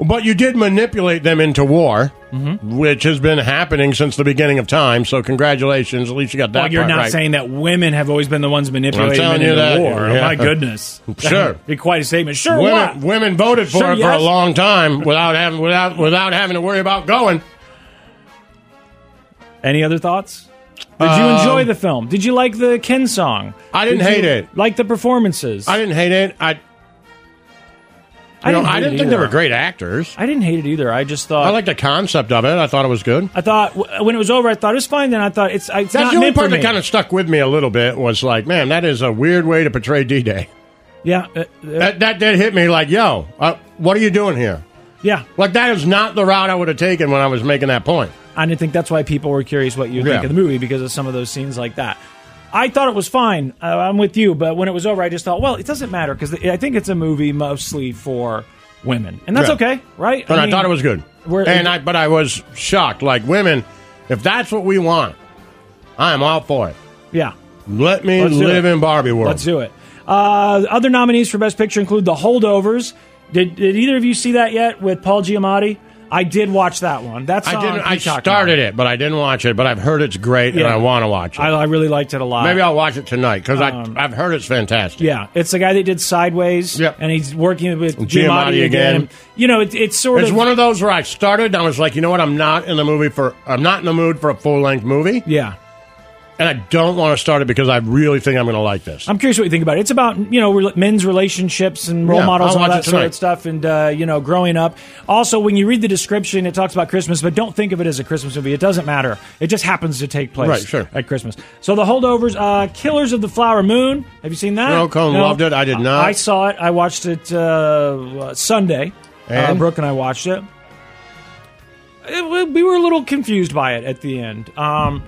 But you did manipulate them into war,
Mm-hmm.
which has been happening since the beginning of time. So congratulations, at least you got that.
Well, you're
part
not
right.
saying that women have always been the ones
I'm
manipulating
telling
men
you
into
that.
war. Oh,
yeah.
My goodness, That
Sure.
would be quite a statement. Sure,
women,
what?
women voted for
Sure,
it for
yes.
a long time without having without without having to worry about going.
Any other thoughts? Did you
Um,
enjoy the film? Did you like the Ken song?
I didn't
Did
hate
you
it.
Like the performances?
I didn't hate it. I.
I
You know,
didn't hate
I
it
didn't think they
either.
were great actors.
I didn't hate it either. I just thought
I liked the concept of it. I thought it was good.
I thought w- when it was over, I thought it was fine. Then I thought it's, it's
That's
not
the only
meant for
part that
me.
kind of stuck with me a little bit was like, man, that is a weird way to portray D Day.
yeah uh, uh,
That, that did hit me like, yo, uh, what are you doing here?
yeah.
Like, that is not the route I would have taken when I was making that point.
I didn't think that's why people were curious what you
Yeah.
think of the movie because of some of those scenes like that. I thought it was fine. Uh, I'm with you, but when it was over, I just thought, well, it doesn't matter because I think it's a movie mostly for women, and that's
Yeah.
okay, right?
But I,
mean,
thought it was good.
we're-
And I, but I was shocked. Like, women, if that's what we want, I am all for it.
yeah.
Let me
Let's do
live
it.
in Barbie world.
Let's do it. Uh, other nominees for Best Picture include The Holdovers. Did, did either of you see that yet with Paul Giamatti? I did watch that one. That's
I
on
didn't. I
Peacock
started it, but I didn't watch it. But I've heard it's great, and
Yeah.
I want to watch it.
now. I, I really liked it a lot.
Maybe I'll watch it tonight because
Um,
I've heard it's fantastic.
Yeah, it's the guy that did Sideways, and he's working with Giamatti,
Giamatti
again.
again.
You know, it, it's sort
it's
of
one of those where I started and I was like, you know what? I'm not in the movie for. I'm not in the mood for a full length movie.
Yeah.
And I don't want to start it because I really think I'm going to like this.
I'm curious what you think about it. It's about you know rel- men's relationships and role
Yeah,
models
I'll
and all
watch
that
it
sort of
tonight.
stuff, and uh, you know growing up. Also, when you read the description, it talks about Christmas, but don't think of it as a Christmas movie. It doesn't matter. It just happens to take place
Right, sure.
at Christmas. So the holdovers, uh, Killers of the Flower Moon. Have you seen that?
No, Colin loved it. I did not.
I saw it. I watched it uh, uh, Sunday. Uh,
And?
Brooke and I watched it. It- we- we were a little confused by it at the end. Um,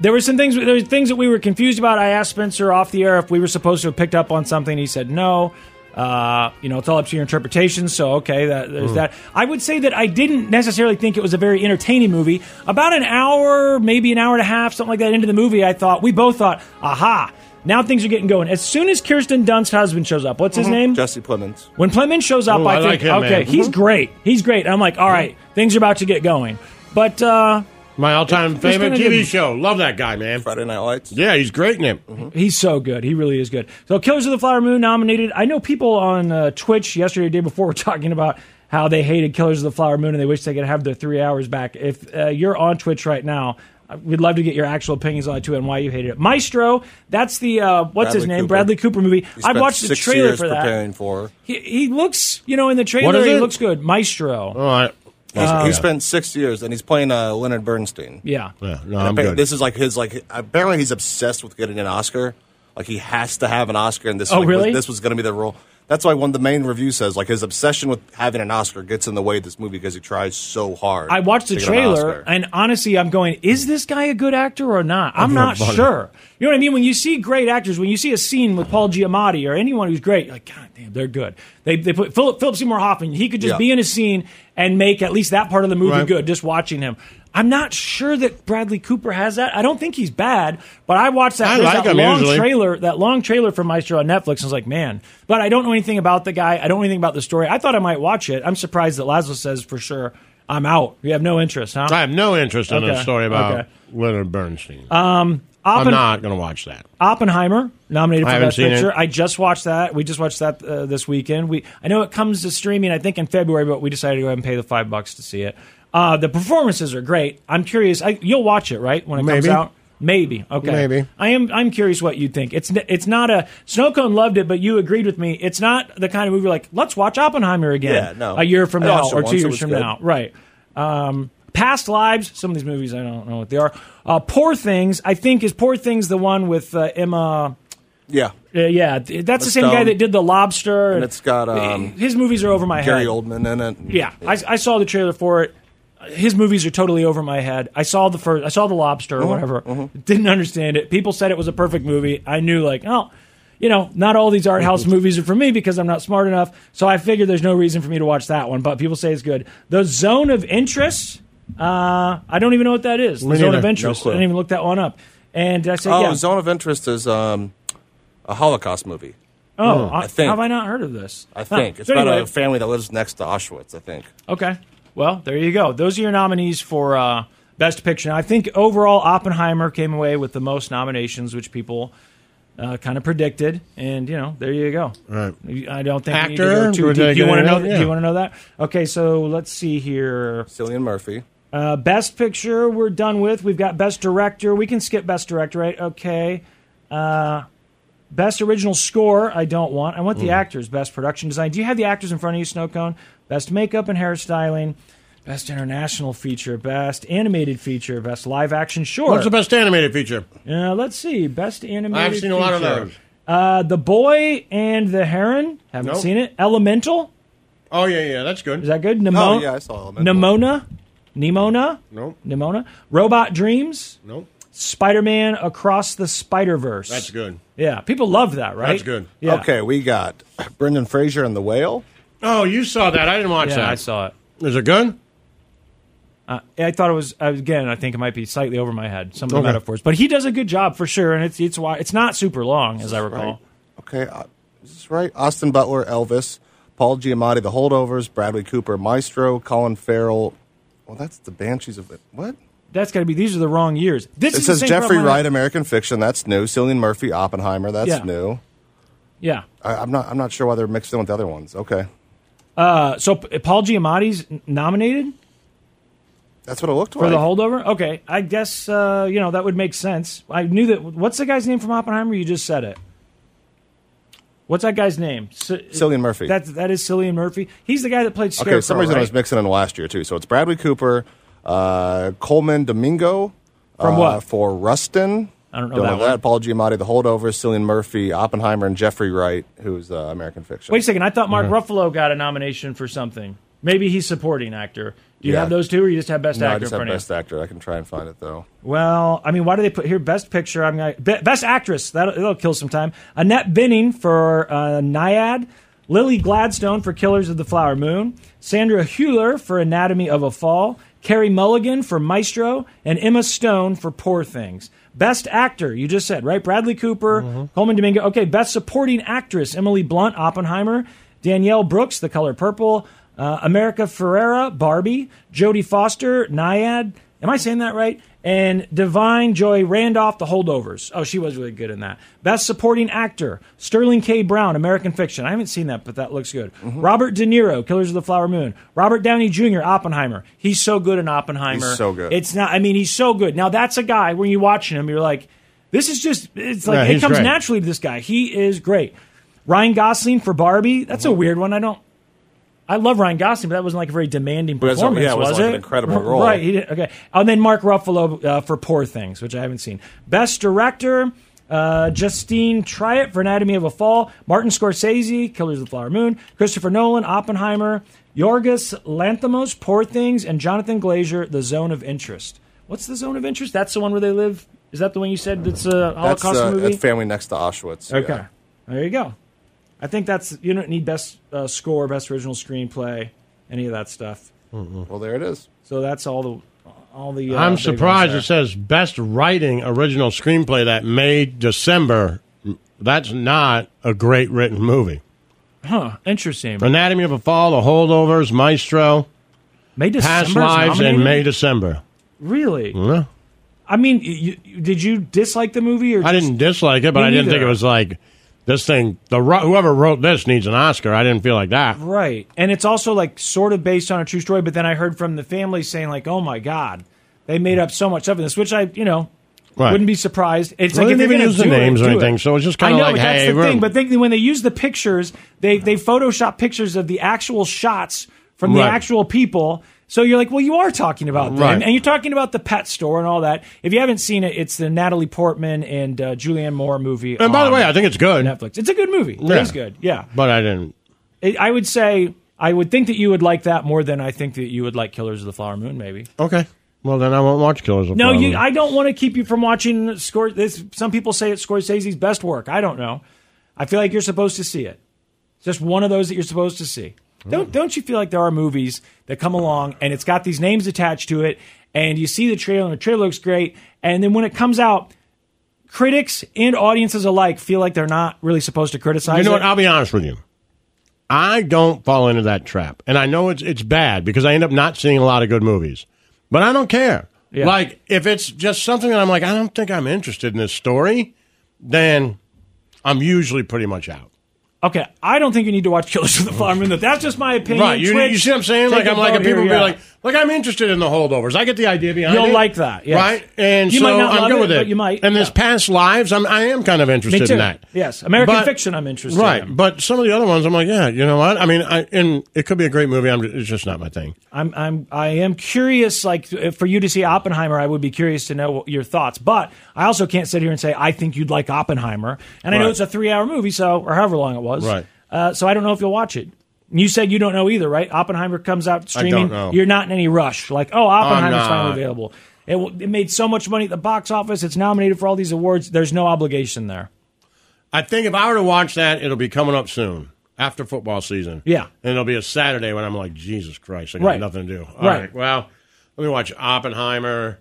there were some things. There were things that we were confused about. I asked Spencer off the air if we were supposed to have picked up on something. He said no. Uh, you know, it's all up to your interpretation. So okay, that, there's
Mm.
Hmm.
that. I would say that I didn't necessarily think it was a very entertaining movie. About an hour, maybe an hour and a half, something like that into the movie, I thought we both thought, aha, now things are getting going. As soon as Kirsten Dunst's husband shows up, what's his name?
Jesse Plemons.
When Plemons shows up,
Mm-hmm. Ooh,
I,
I
think,
like him, man. Mm-hmm.
okay, he's
Mhm.
great. He's great. I'm like, all right, things are about to get going. But uh,
My all-time
It's- it's
favorite
been a
TV
good-
show. Love that guy, man.
Friday Night Lights.
Yeah, he's great in it.
He's so good. He really is good. So, Killers of the Flower Moon nominated. I know people on uh, Twitch yesterday, or day before, were talking about how they hated Killers of the Flower Moon and they wish they could have their three hours back. If uh, you're on Twitch right now, uh, we'd love to get your actual opinions on it too and why you hated it. Maestro, that's the uh, what's his
Bradley
name?
Cooper.
Bradley Cooper movie.
He
I've
spent
watched the
six
trailer
years
for that.
preparing for.
He, he looks, you know, in the trailer,
is
he
it? Oh.
looks good. Maestro.
All right.
He's,
Uh,
he spent six years, and he's playing uh, Leonard Bernstein.
Yeah. Yeah,
no,
And
I'm
appa-
good.
This is like his like. Apparently, he's obsessed with getting an Oscar. Like he has to have an Oscar, and this
Oh,
like,
really?
was, this was going to be the role. That's why one of the main review says like his obsession with having an Oscar gets in the way of this movie because he tries so hard.
I watched the
to get an
trailer,
Oscar.
and honestly, I'm going, is this guy a good actor or not? I'm
Yeah,
not
buddy.
sure. You know what I mean? When you see great actors, when you see a scene with Paul Giamatti or anyone who's great, you're like, God damn, they're good. They, they put Philip, Philip Seymour Hoffman, he could just
Yeah.
be in a scene and make at least that part of the movie
Right.
good just watching him. I'm not sure that Bradley Cooper has that. I don't think he's bad, but I watched that,
I
there's
like
that
him
long
usually.
trailer, that long trailer for Maestro on Netflix. And I was like, man, but I don't know anything about the guy. I don't know anything about the story. I thought I might watch it. I'm surprised that Lazlo says for sure I'm out. You have no interest, huh?
I have no interest in
Okay,
a story about
okay.
Leonard Bernstein.
Um,
I'm
Oppen-
not going to watch that.
Oppenheimer nominated
I
for
haven't
Best
seen it.
Picture. I just watched that. We just watched that uh, this weekend. We I know it comes to streaming. I think in February, but we decided to go ahead and pay the five bucks to see it. Uh, the performances are great. I'm curious. I, you'll watch it right when it comes
Maybe.
out. Maybe okay.
Maybe.
I am. I'm curious what you think. It's n- it's not a snow cone loved it, but you agreed with me. It's not the kind of movie like let's watch Oppenheimer again.
Yeah, no.
A year from
I
now
watched it
or
once,
two
it
years
was
from
good.
now. Right. Um, Past Lives. Some of these movies I don't know what they are. Uh, Poor Things. I think is Poor Things the one with uh, Emma.
Yeah.
Uh, yeah, th- that's the same
Stone.
guy that did The Lobster.
And it's got, um,
his movies are over my
Gary
head.
Oldman in it.
Yeah, I, I saw the trailer for it. His movies are totally over my head. I saw the first, I saw The Lobster or
Mhm,
whatever. Didn't understand it. People said it was a perfect movie. I knew like, oh, you know, not all these art
Mm-hmm.
house movies are for me because I'm not smart enough. So I figured there's no reason for me to watch that one. But people say it's good. The Zone of Interest. Uh, I don't even know what that is. The
Me
Zone
neither.
of
No
Interest.
clue.
I didn't even look that one up. And I said,
oh,
yeah.
Zone of Interest is um, a Holocaust movie.
oh,
I think.
have I not heard of this?
I
Huh.
think it's
So
about
anyway.
a family that lives next to Auschwitz. I think.
Okay. Well, there you go. Those are your nominees for uh, Best Picture. Now, I think overall, Oppenheimer came away with the most nominations, which people uh, kind of predicted. And you know, there you go.
Right.
I don't think we need to
Actor?
go too
We're
deep.
gonna
Do you
get
want to
it
know?
out? Yeah.
Do you want to know that? Okay, so let's see here.
Cillian Murphy.
Uh, best picture, we're done with. We've got best director. We can skip best director, right? Okay. Uh, best original score, I don't want. I want the
Mm.
actors. Best production design. Do you have the actors in front of you, Snow Cone? Best makeup and hairstyling. Best international feature. Best animated feature. Best live action short.
What's the best animated feature?
Uh, let's see. Best animated.
I've seen a lot of
feature.
those.
Uh, the Boy and the Heron. Haven't
Nope.
seen it. Elemental.
Oh yeah, yeah, that's good.
Is that good? Nemo-
Oh, yeah, I saw Elemental.
Nemona. Nemona.
Nope.
Nemona. Robot Dreams.
Nope.
Spider Man Across the Spider Verse.
That's good.
Yeah, people love that, right? Yeah.
Okay, we got Brendan Fraser and the Whale.
Oh, you saw that? I didn't watch
Yeah,
that.
I saw it.
Is it good?
Uh, I thought it was again. I think it might be slightly over my head. Some of the
Okay.
metaphors, but he does a good job for sure, and it's it's why- it's not super long as I recall.
Okay, uh, is this right? Austin Butler, Elvis, Paul Giamatti, The Holdovers, Bradley Cooper, Maestro, Colin Farrell. Well, that's the Banshees of it. What?
That's got to be. These are the wrong years. This
it
is the
says
same
Jeffrey
problem I had-
Wright, American Fiction. That's new. Cillian Murphy, Oppenheimer. That's
Yeah.
new.
Yeah.
I, I'm not. I'm not sure why they're mixed in with the other ones. Okay,
Uh, so P- Paul Giamatti's n- nominated
that's what it looked
for
like.
the holdover. Okay, I guess uh, you know that would make sense. I knew that. What's the guy's name from Oppenheimer? You just said it. What's that guy's name? C-
Cillian Murphy.
That's that is Cillian Murphy. He's the guy that played Scarecrow.
okay, for some reason
right?
I was mixing in last year too. So it's Bradley Cooper, uh, Coleman Domingo
From
uh,
what?
for Rustin. I
don't know that
that.
one.
Paul Giamatti, The Holdovers, Cillian Murphy, Oppenheimer, and Jeffrey Wright, who's uh, American Fiction.
Wait a second. I thought
mm-hmm.
Mark Ruffalo got a nomination for something. Maybe he's supporting actor. Do you
Yeah.
have those two, or you just have best
no,
actor?
I just
in
have
front of you?
Best Actor. I can try and find it though.
Well, I mean, why do they put here best picture? I'm gonna, be, best actress. That'll, that'll kill some time. Annette Binning for uh, Naiad. Lily Gladstone for Killers of the Flower Moon. Sandra Hewler for Anatomy of a Fall. Carrie Mulligan for Maestro, and Emma Stone for Poor Things. Best actor, you just said, right? Bradley Cooper, Coleman Domingo. Okay, best supporting actress, Emily Blunt, Oppenheimer. Danielle Brooks, The Color Purple. Uh, America Ferrera, Barbie. Jodie Foster, Naiad. Am I saying that right? And Divine Joy Randolph, The Holdovers. Oh, she was really good in that. Best Supporting Actor, Sterling K. Brown, American Fiction. I haven't seen that, but that looks good.
Mm-hmm.
Robert De Niro, Killers of the Flower Moon. Robert Downey Jr., Oppenheimer. He's so good in Oppenheimer.
He's so good.
It's not. I mean, he's so good. Now that's a guy when you're watching him, you're like, this is just. It's like
Yeah,
it
he's
comes
great.
naturally to this guy. He is great. Ryan Gosling for Barbie. That's
Mm-hmm.
a weird one. I don't. I love Ryan Gosling, but that wasn't like a very demanding
But that's-
performance,
yeah, it was
was
like an incredible role.
Right. He did, okay. And then Mark Ruffalo uh, for Poor Things, which I haven't seen. Best Director, uh, Justine Triet for Anatomy of a Fall, Martin Scorsese, Killers of the Flower Moon, Christopher Nolan, Oppenheimer, Yorgos Lanthimos, Poor Things, and Jonathan Glazer, The Zone of Interest. What's The Zone of Interest? That's the one where they live. Is that the one you said that's a
That's
Holocaust
uh,
movie?
that family next to Auschwitz.
Okay.
yeah.
There you go. I think that's you don't need best uh, score, best original screenplay, any of that stuff.
Well, there it is.
So that's all the all the. Uh,
I'm
big ones
surprised
there.
it says best writing original screenplay that May December. That's not a great written movie.
Huh? Interesting.
Anatomy of a Fall, The Holdovers, Maestro,
May
Past
December's
Lives, and
nominated?
May December.
Really?
Yeah.
I mean, you, you- did you dislike the movie or
I
just-
didn't dislike it, but
Me
I didn't think
neither.
it was like this thing. The ru- whoever wrote this needs an Oscar. I didn't feel like that.
Right. And it's also like sort of based on a true story, but then I heard from the family saying like, "Oh my god, they made up so much of this," which I, you know,
Right.
wouldn't be surprised. It's
Well,
like
they
if
didn't even
they're gonna
use the
do it,
names or
do it.
anything, so it's just kinda
I know,
like,
but that's
hey,
the
we're-
thing. But then when they use the pictures, they they Photoshop pictures of the actual shots from the
Right.
actual people. So you're like, well, you are talking about them,
Right.
and you're talking about the pet store and all that. If you haven't seen it, it's the Natalie Portman and uh, Julianne Moore movie.
And by the
on
way, I think it's good.
Netflix. It's a good movie. It
Yeah.
is good. Yeah.
But I didn't.
It, I would say I would think that you would like that more than I think that you would like Killers of the Flower Moon. Maybe.
Okay. Well, then I won't watch Killers of
No,
Flower
you,
Moon.
I don't want to keep you from watching. Scor- this, some people say it's Scorsese's best work. I don't know. I feel like you're supposed to see it. It's just one of those that you're supposed to see.
Hmm.
Don't don't you feel like there are movies that come along and it's got these names attached to it, and you see the trailer and the trailer looks great, and then when it comes out, critics and audiences alike feel like they're not really supposed to criticize.
You know
it.
what? I'll be honest with you. I don't fall into that trap, and I know it's it's bad because I end up not seeing a lot of good movies. But I don't care.
Yeah.
Like if it's just something that I'm like, I don't think I'm interested in this story, then I'm usually pretty much out.
Okay, I don't think you need to watch Killers of the Flower Moon. Though that's just my opinion.
right? You,
Twitch,
you see what I'm saying?
take
Like
a
I'm like,
vote
and people
here,
be
yeah.
like, like I'm interested in the holdovers. I get the idea behind
You'll
it.
like that, yes.
right? And
You
so
might not
I'm
love
good
it,
with it.
but you might,
And this past lives, I'm I am kind of interested
Me too.
in that.
Yes, American
But-
Fiction. I'm interested.
Right,
in.
but some of the other ones, I'm like, yeah, you know what? I mean, I, and it could be a great movie. I'm, it's just not my thing.
I'm I'm I am curious. Like if- for you to see Oppenheimer, I would be curious to know what your thoughts. But I also can't sit here and say I think you'd like Oppenheimer. And I know
Right.
it's a three-hour movie, so or however long it was.
Right.
Uh, so I don't know if you'll watch it. You said you don't know either, right? Oppenheimer comes out
I don't
streaming.
know.
You're not in any rush. Like, oh, Oppenheimer's
I'm
finally
not.
available. It, will- it made so much money at the box office. It's nominated for all these awards. There's no obligation there.
I think if I were to watch that, it'll be coming up soon after football season.
Yeah.
and it'll be a Saturday when I'm like, Jesus Christ, I got
Right.
nothing to do. All right.
Right.
well, let me watch Oppenheimer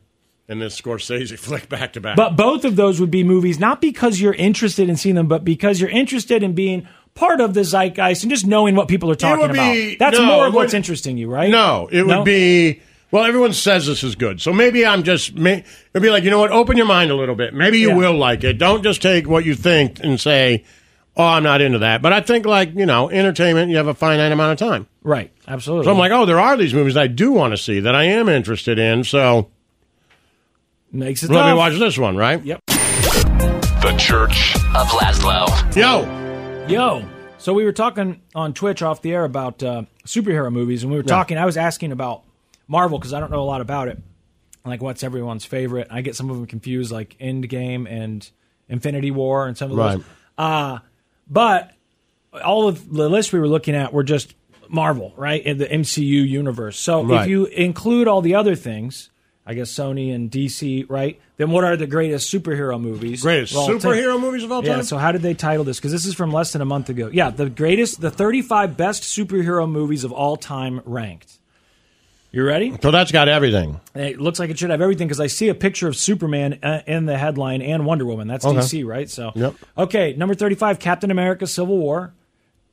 and this Scorsese flick back to back.
But both of those would be movies, not because you're interested in seeing them, but because you're interested in being part of the zeitgeist and just knowing what people are talking
would be-
about. That's
no,
more
it
of what's
would-
interesting you, right?
No, it
No?
would be. Well, everyone says this is good, so maybe I'm just. may- It'd be like you know what? Open your mind a little bit. Maybe you
Yeah.
will like it. Don't just take what you think and say, "Oh, I'm not into that." But I think like you know, entertainment, you have a finite amount of time.
Right. Absolutely.
So I'm like, oh, there are these movies I do want to see that I am interested in. So
makes it
let me
tough.
watch this one, right?
Yep.
The Church
Of Laszlo.
Yo,
Yo. So we were talking on Twitch off the air about uh, superhero movies, and we were
Yeah.
talking. I was asking about Marvel because I don't know a lot about it. Like, what's everyone's favorite? I get some of them confused, like Endgame and Infinity War, and some of
Right.
those. Uh, but all of the lists we were looking at were just Marvel, right? In the MCU universe. So if
Right.
you include all the other things, I guess Sony and DC, right? Then what are the greatest superhero movies?
Greatest
of all time?
superhero movies of all
Yeah,
time?
so how did they title this? Because this is from less than a month ago. Yeah, the greatest, the 35 best superhero movies of all time ranked. You ready?
so that's got everything.
And It looks like it should have everything because I see a picture of Superman uh, in the headline and Wonder Woman. That's
Okay.
DC, right? So,
Yep.
okay, number 35, Captain America Civil War.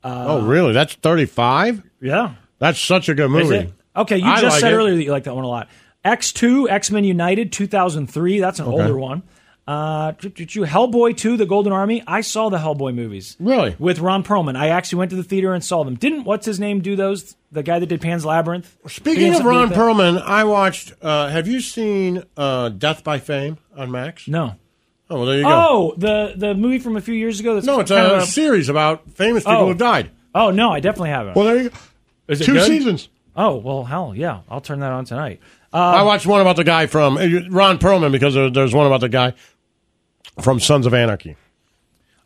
oh, really? That's 35.
Yeah.
That's such a good
Uh, Is
movie.
it? Okay, you
I
just
like
said
it.
earlier that you like that one a lot. X2, X Men United, 2003. That's an
Okay.
older one. Uh, choo- choo- choo. Hellboy 2, The Golden Army. I saw the Hellboy movies.
Really?
With Ron Perlman. I actually went to the theater and saw them. Didn't, what's his name, do those? The guy that did Pan's Labyrinth? Didn't
Speaking of
something
Ron
like that?
Perlman, I watched. Uh, have you seen uh, Death by Fame on Max?
No.
Oh, well, there you go.
Oh, the, the movie from a few years ago that's
no, it's uh,
kind
a
of
series about famous people
Oh.
who've died.
Oh, no, I definitely haven't.
Well, there you go.
Is it
Two
good?
seasons.
Oh, well, hell, yeah. I'll turn that on tonight.
I
Uh,
watched one about the guy from uh, Ron Perlman because there- there's one about the guy from Sons of Anarchy.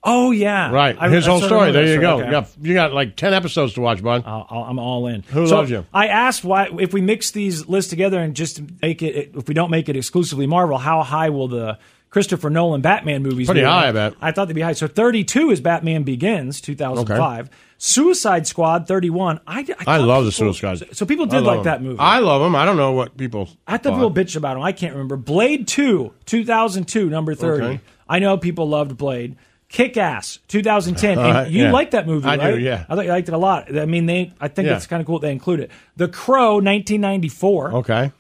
Oh, yeah.
Right,
I-
his
I
whole
sort of
story.
remember
There
that
you
story.
go.
Okay.
You, got, you got like ten episodes to watch, bud.
I'll, I'll, I'm all in.
Who
so
loves you?
I asked why if we mix these lists together and just make it if we don't make it exclusively Marvel, how high will the Christopher Nolan Batman movies.
Pretty
do.
high, I bet.
I thought they'd be high. So 32 is Batman Begins, 2005. Suicide Squad, 31. I, I,
I
thought
love the
people-
Suicide Squad.
So people
I
did
love
like that
them.
movie.
I love them. I don't know what people.
I thought people bitched about him. I can't remember. Blade 2, 2002, number 30.
Okay.
I know people loved Blade. Kick Ass, 2010.
All
And
right,
you
Uh, yeah.
liked that movie,
I do,
right?
yeah.
I thought you liked it a lot. I mean, they. I think
Yeah.
it's kind of cool that they include it. The Crow, 1994.
Okay.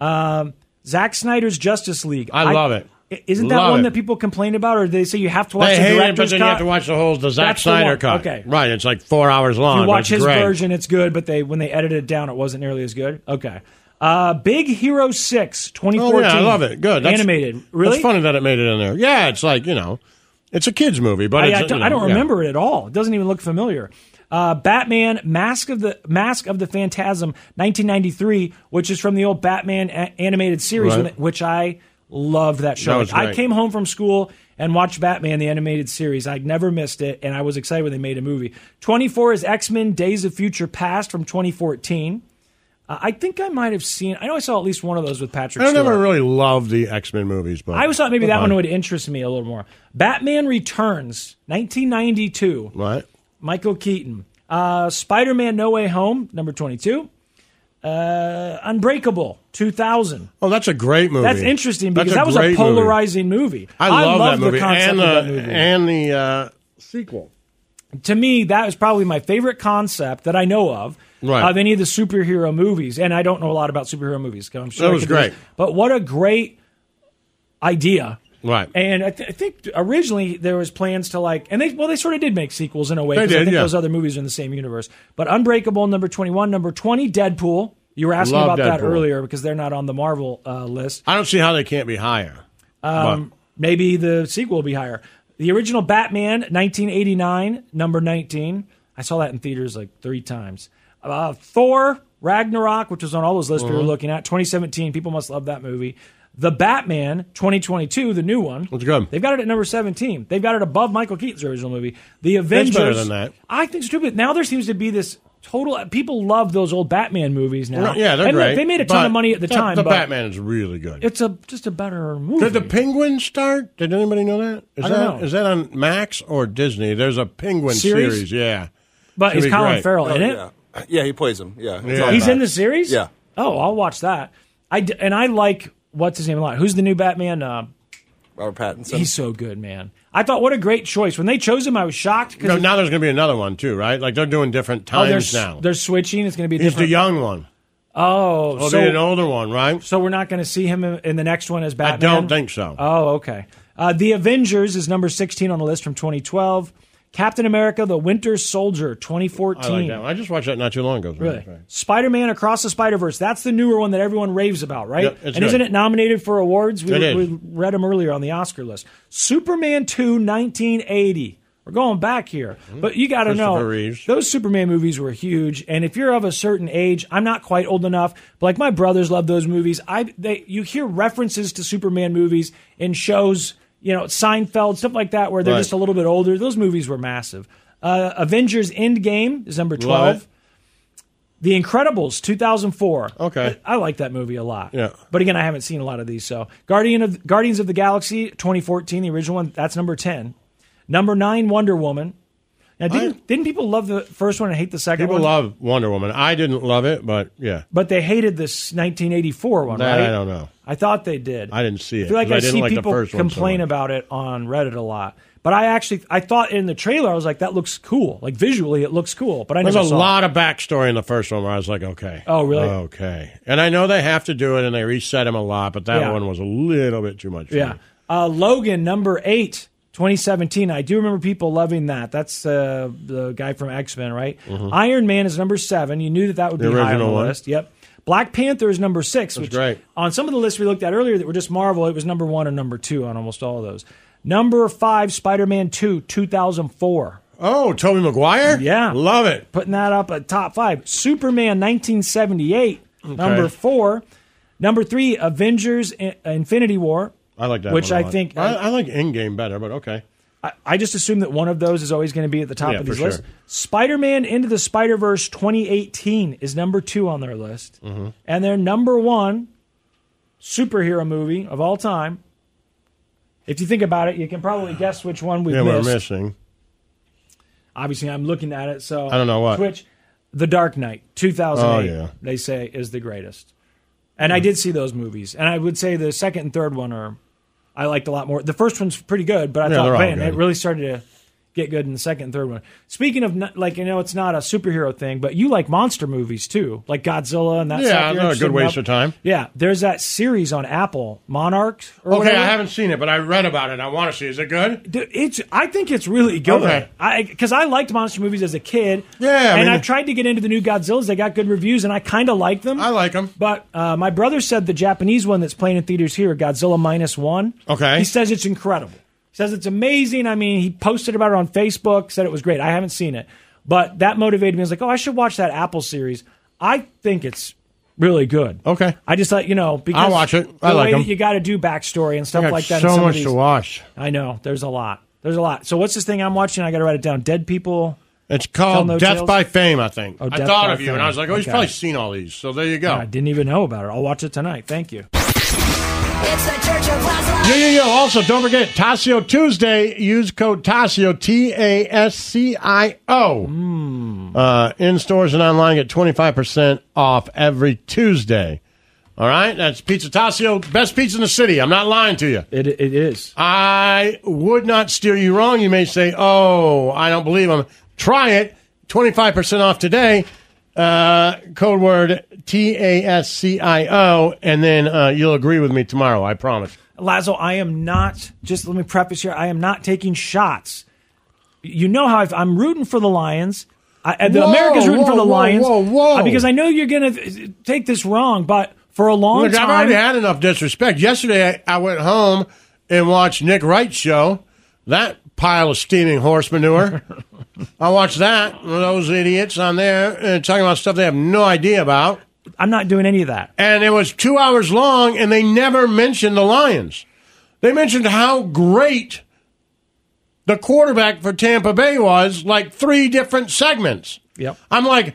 Um, Zack Snider's Justice League.
I love it.
Isn't that
Love
one
it.
that people complain about, or they say you have to watch
They
the
hate it, but
director's
then
cut?
you have to watch the whole the Zack
That's the
Snyder
one.
cut.
Okay.
Right. It's like four hours long.
If you
but
watch
it's
his
great.
version, it's good, but they when they edited it down, it wasn't nearly as good. Okay. Uh, Big Hero 6, 2014.
Oh, yeah, I love it. Good. That's,
Animated. Really?
It's funny that it made it in there. Yeah, it's like, you know, it's a kid's movie, but
I,
it's, uh,
I don't-
you know,
I don't
yeah.
remember it at all. It doesn't even look familiar. Uh, Batman Mask of the Mask of the Phantasm, 1993, which is from the old Batman a- animated series,
Right.
which I loved that
That
show.
was
I
great.
came home from school and watched Batman the animated series. I never missed it, and I was excited when they made a movie. 24 is X Men Days of Future Past from 2014. Uh, I think I might have seen. I know I saw at least one of those with Patrick.
I Uh-huh. never
Stewart.
really loved the X Men movies, but
I always thought maybe that
Right.
one would interest me a little more. Batman Returns, 1992.
Right.
Michael Keaton. Uh, Spider Man No Way Home, number 22. Uh, Unbreakable, 2000.
Oh, that's a great movie.
That's interesting because
That's
that was a
great movie.
polarizing movie.
I love
love
that movie
the concept
and
of that
the-
movie.
and the uh, sequel.
To me, that is probably my favorite concept that I know of.
Right.
Of any of the superhero movies, and I don't know a lot about superhero movies. 'cause I'm sure
That
I
was
could do this.
great.
But what a great idea!
Right.
And I, th- I think originally there was plans to like, and they well they sort of did make sequels in a way.
They
'cause I
did,
think
yeah.
those other movies are in the same universe. But Unbreakable, number twenty one, number twenty, Deadpool. You were asking
Love
about that
Deadpool.
earlier because they're not on the Marvel uh, list.
I don't see how they can't be higher.
Um, maybe the sequel will be higher. The original Batman, nineteen eighty nine, number nineteen. I saw that in theaters like three times. Uh, Thor Ragnarok, which was on all those lists we
Mhm.
were looking at, twenty seventeen. People must love that movie. The Batman, twenty twenty two, the new one.
It's good.
They've got it at number 17. They've got it above Michael Keaton's original movie, The
It's
Avengers.
better than that.
I think it's stupid. Now there seems to be this total. People love those old Batman movies now.
Well, yeah, they're
and look,
great.
they made a ton
but
of money at the time.
The
but
Batman is really good.
It's a just a better movie.
Did the Penguin start? Did anybody know that? Is
I
that
don't
is
know.
that on Max or Disney? There's a Penguin
Series?
series, yeah.
But
Should
Oh, is
be
Colin
great. Oh,
Farrell in it?
yeah. yeah, he plays him. Yeah, it's
Yeah.
all
He's
about
in
it.
the series.
Yeah.
Oh, I'll watch that. I d- and I like what's his name a lot. Who's the new Batman? Uh,
Robert Pattinson.
he's so good, man. I thought what a great choice when they chose him. I was shocked
No,
because
now there's going to be another one too, right? Like they're doing different times
Oh, they're, s-
now.
they're switching. It's going to be a
He's
different.
the young one.
Oh,
It'll
so
be an older one, right?
So we're not going to see him in in the next one as
I
Batman.
don't think so.
Oh, okay. Uh, the Avengers is number sixteen on the list from 2012. Captain America: The Winter Soldier, 2014.
I like that one. I just watched that not too long ago. as a matter
Really?
of fact.
Spider-Man Across the Spider-Verse. That's the newer one that everyone raves about, right?
Yep, it's
and
good.
isn't it nominated for awards? We,
It is.
we read them earlier on the Oscar list. Superman 2, 1980. We're going back here. But you got to
Mm-hmm.
know,
Christopher Reeves.
those Superman movies were huge. And if you're of a certain age, I'm not quite old enough, but like my brothers love those movies. I they, You hear references to Superman movies in shows, you know, Seinfeld, stuff like that, where they're
Right.
just a little bit older. Those movies were massive. Uh, Avengers Endgame is number 12.
it.
The Incredibles, 2004.
Okay.
I, I like that movie a lot.
Yeah.
But again, I haven't seen a lot of these. So, Guardian of Guardians of the Galaxy, 2014, the original one, that's number 10. Number 9, Wonder Woman. Now, didn't, didn't people love the first one and hate the second
People
one?
love Wonder Woman. I didn't love it, but yeah,
but they hated this 1984 one,
that
right?
I don't know.
I thought they did.
I didn't see it.
I feel like
'cause
I,
didn't
see
like
people
the first one so
complain
much.
about it on Reddit a lot. But I actually, I thought in the trailer, I was like, that looks cool. Like visually, it looks cool. But I
There's
never
a
saw it.
lot of backstory in the first one where I was like, okay.
Oh, really?
Okay. And I know they have to do it and they reset him a lot, but that
Yeah.
one was a little bit too much. for
Yeah.
me.
Uh, Logan, number eight, 2017. I do remember people loving that. That's uh, the guy from X Men, right?
Mhm.
Iron Man is number seven. You knew that that would
The
be high on the
original one.
list. Yep. Black Panther is number six,
That's
which
great.
on some of the lists we looked at earlier that were just Marvel, it was number one or number two on almost all of those. Number five, Spider Man 2, 2004.
Oh, Tobey Maguire?
Yeah.
Love it.
Putting that up at top five. Superman 1978,
Okay.
number four. Number three, Avengers In- Infinity War.
I like that one
Which
a
I
lot.
think-
I, I like Endgame better, but okay.
I, I just assume that one of those is always going to be at the top
Yeah,
of these
for sure.
lists. Spider Man Into the Spider Verse 2018 is number two on their list.
Mhm.
And their number one superhero movie of all time If you think about it, you can probably guess which one we
yeah,
missed.
we're missing.
Obviously, I'm looking at it, so
I don't know what.
Twitch, The Dark Knight, 2008.
Oh, yeah.
They say is the greatest, and I did see those movies, and I would say the second and third one are I liked a lot more. The first one's pretty good, but I
Yeah, they're
thought,
all
man,
good.
it really started to get good in the second and third one. Speaking of, not- like, you know, it's not a superhero thing, but you like monster movies too, like Godzilla and that.
Yeah, not
stuff. You're
a
interested
good
in
waste
that-
of time.
Yeah, there's that series on Apple, Monarchs. Or
Okay,
whatever.
I haven't seen it, but I read about it. I want to see. Is it good?
Dude, it's. I think it's really good.
Okay.
I because I liked monster movies as a kid.
Yeah, I
and
mean-
I've tried to get into the new Godzillas. They got good reviews, and I kind of like them. I
like them.
But uh, my brother said the Japanese one that's playing in theaters here, Godzilla minus one.
Okay.
He says it's incredible. He says it's amazing. I mean, he posted about it on Facebook. Said it was great. I haven't seen it, but that motivated me. I was like, oh, I should watch that Apple series. I think it's really good.
Okay.
I just thought you know because
I'll watch it. I
the
like
way
'em.
that You got to do backstory and stuff
I got
like that.
So
in some of
much
these-
to watch.
I know. There's a lot. There's a lot. So what's this thing I'm watching? I got to write it down. Dead people.
It's called
Tell No
Death
Tales?
by Fame, I think.
Oh,
I
Death
thought
by
of you, and
Fame.
I was like, oh, he's
Okay.
probably seen all these. So there you go.
I didn't even know about it. I'll watch it tonight. Thank you.
It's the Church of Laszlo.
Yo, yo, yo. Also, don't forget, Tasio Tuesday. Use code Tasio, T A S C I O. Uh, in stores and online, get 25% off every Tuesday. All right? That's Pizza Tasio. Best pizza in the city. I'm not lying to you.
It, it is.
I would not steer you wrong. You may say, oh, I don't believe him. Try it. 25% off today. Uh, code word T A S C I O. And then uh, you'll agree with me tomorrow. I promise.
Lazo, I am not, just let me preface here, I am not taking shots. You know how I've, I'm rooting for the Lions. I, and the
Whoa,
America's rooting
whoa,
for the
whoa,
Lions.
whoa, whoa.
uh, because I know you're going to take this wrong, but for a long
Look,
time.
I've already had enough disrespect. Yesterday, I, I went home and watched Nick Wright's show. That pile of steaming horse manure. I watched that. Those idiots on there uh, talking about stuff they have no idea about.
I'm not doing any of that.
And it was two hours long, and they never mentioned the Lions. They mentioned how great the quarterback for Tampa Bay was, like three different segments.
Yep.
I'm like,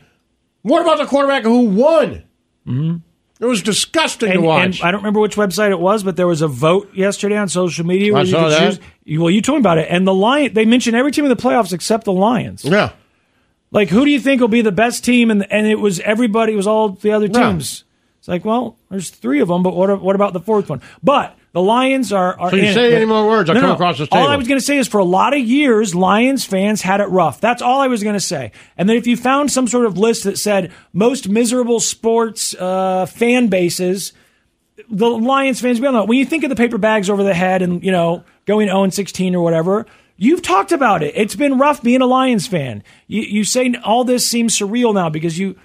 what about the quarterback who won?
Mhm.
It was disgusting to
And-
watch.
and I don't remember which website it was, but there was a vote yesterday on social media where
I
you
saw
could
that.
choose. you- Well, you told me about it, and the lion. They mentioned every team in the playoffs except the Lions.
Yeah.
Like, who do you think will be the best team? And and it was everybody. It was all the other
Yeah.
teams. It's like, well, there's three of them, but what what about the fourth one? But the Lions are. are
So you
in it,
say
but-
any more words, I
No,
come
no.
across this
All I
table.
was going to say is for a lot of years, Lions fans had it rough. That's all I was going to say. And then if you found some sort of list that said most miserable sports uh, fan bases, the Lions fans, we all know, when you think of the paper bags over the head and, you know, going 0 and 16 or whatever, you've talked about it. It's been rough being a Lions fan. You, you say all this seems surreal now because you.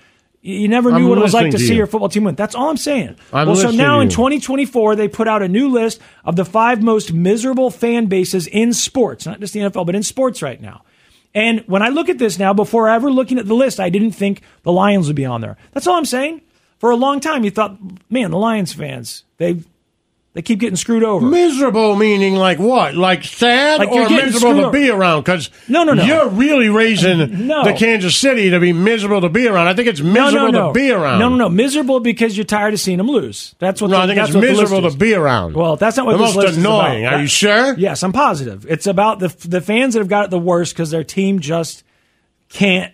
You never knew
I'm
what it was like to
listening to
see
you.
your football team win. That's all I'm saying.
I'm
well, so
listening
now
to
in
you.
2024, they put out a new list of the five most miserable fan bases in sports, not just the NFL, but in sports right now. And when I look at this now, before ever looking at the list, I didn't think the Lions would be on there. That's all I'm saying. For a long time, you thought, man, the Lions fans, they they keep getting screwed over.
Miserable meaning like what? Like sad
Like you're
or
getting
miserable
screwed
to
over.
be around? Because
No, no, no.
you're really raising
No.
the Kansas City to be miserable to be around. I think it's miserable
no, no, no.
to be around.
No, no, no. Miserable because you're tired of seeing them lose. That's what.
No,
the,
I think
that's
it's
what the list
miserable
is.
to be around.
Well, that's not what
The
this
most
list is
annoying.
about.
Are
That-
you sure?
Yes, I'm positive. It's about the the fans that have got it the worst because their team just can't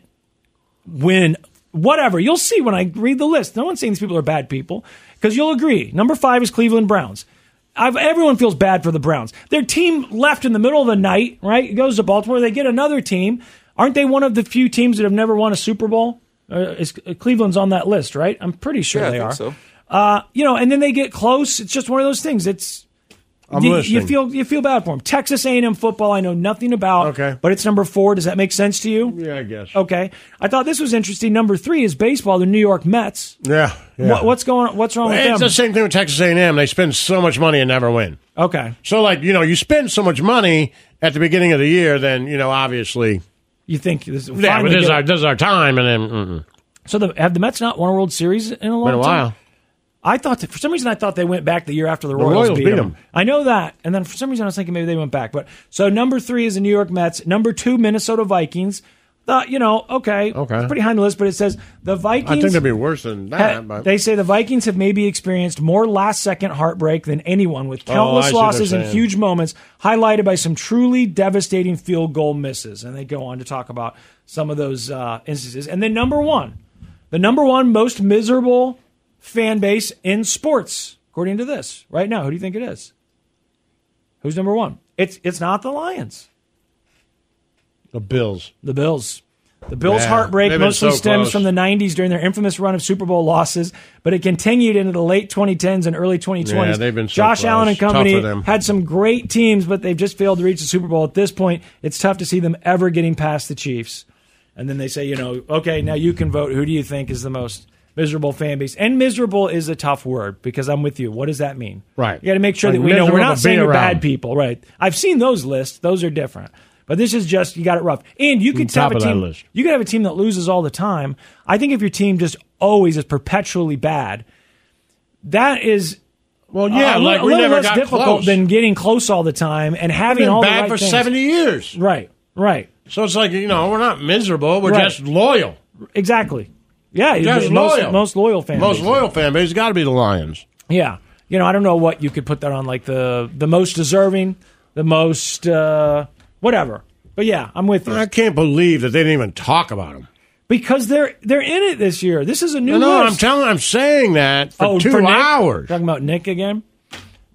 win. Whatever you'll see when I read the list, no one's saying these people are bad people because you'll agree. Number five is Cleveland Browns. I've, everyone feels bad for the Browns. Their team left in the middle of the night, right? It goes to Baltimore. They get another team. Aren't they one of the few teams that have never won a Super Bowl? Uh, is, uh, Cleveland's on that list, right? I'm pretty sure
Yeah, I
they
think
are.
so.
Uh, you know, and then they get close. It's just one of those things. It's
I'm
you,
listening.
you feel you feel bad for them. Texas A&M football, I know nothing about.
Okay.
but it's number four. Does that make sense to you?
Yeah, I guess.
Okay, I thought this was interesting. Number three is baseball. The New York Mets.
Yeah. yeah.
What, what's going? on? What's wrong with
it's
them?
the same thing with Texas A&M. They spend so much money and never win.
okay,
So, like, you know, you spend so much money at the beginning of the year, then, you know, obviously,
you think this?
yeah, but
finally
this, is
get-
our, this is our time, and then, mm-mm.
so the, have the Mets not won a World Series in a long
been a
time?
while.
I thought that for some reason I thought they went back the year after the Royals,
Royals beat
'em.
them.
I know that, and then for some reason I was thinking maybe they went back. But so number three is the New York Mets. Number two, Minnesota Vikings. the you know okay, okay, it's pretty high on the list, but it says the Vikings.
I think it'd be worse than that.
ha-
but
They say the Vikings have maybe experienced more last second heartbreak than anyone, with
Oh, I
countless
see what
losses
they're
and
saying.
huge moments, highlighted by some truly devastating field goal misses. And they go on to talk about some of those uh, instances. And then, number one, the number one most miserable fan base in sports, according to this right now. Who do you think it is? Who's number one? It's, it's not the Lions.
the Bills.
The Bills. The Bills'
Yeah, they've
heartbreak
been
mostly
so
stems
close.
from the 90s during their infamous run of Super Bowl losses, but it continued into the late 2010s and early 2020s.
Yeah, they've been so
Josh
close.
Allen and
Tough for
company
them.
had some great teams, but they've just failed to reach the Super Bowl. At this point, it's tough to see them ever getting past the Chiefs. And then they say, you know, okay, now you can vote. Who do you think is the most miserable fan base? And miserable is a tough word because I'm with you. What does that mean?
Right.
You got to make sure
Like
that we know we're
miserable,
not
but
saying
beat
you're
around.
bad people, right? I've seen those lists; those are different. But this is just you got it rough, and you could
Top
have a
of that
team.
list.
You could have a team that loses all the time. I think if your team just always is perpetually bad, that is well,
yeah,
a, li-
Uh, like,
a
we
little
never
less
got
difficult
close.
than getting close all the time and having
been
all the
bad
right
for
things.
70 years.
Right, right.
So it's like, you know, we're not miserable. We're
Right.
just loyal.
Exactly. Yeah,
Just
most,
loyal.
most loyal fan.
Most
base.
loyal fan base has got to be the Lions.
Yeah, you know, I don't know what you could put that on, like the the most deserving, the most uh, whatever. But yeah, I'm with you.
I can't believe that they didn't even talk about them.
because they're they're in it this year. This is a new.
No, no,
list.
I'm telling, I'm saying that for
oh,
two
for Nick?
hours.
Talking about Nick again.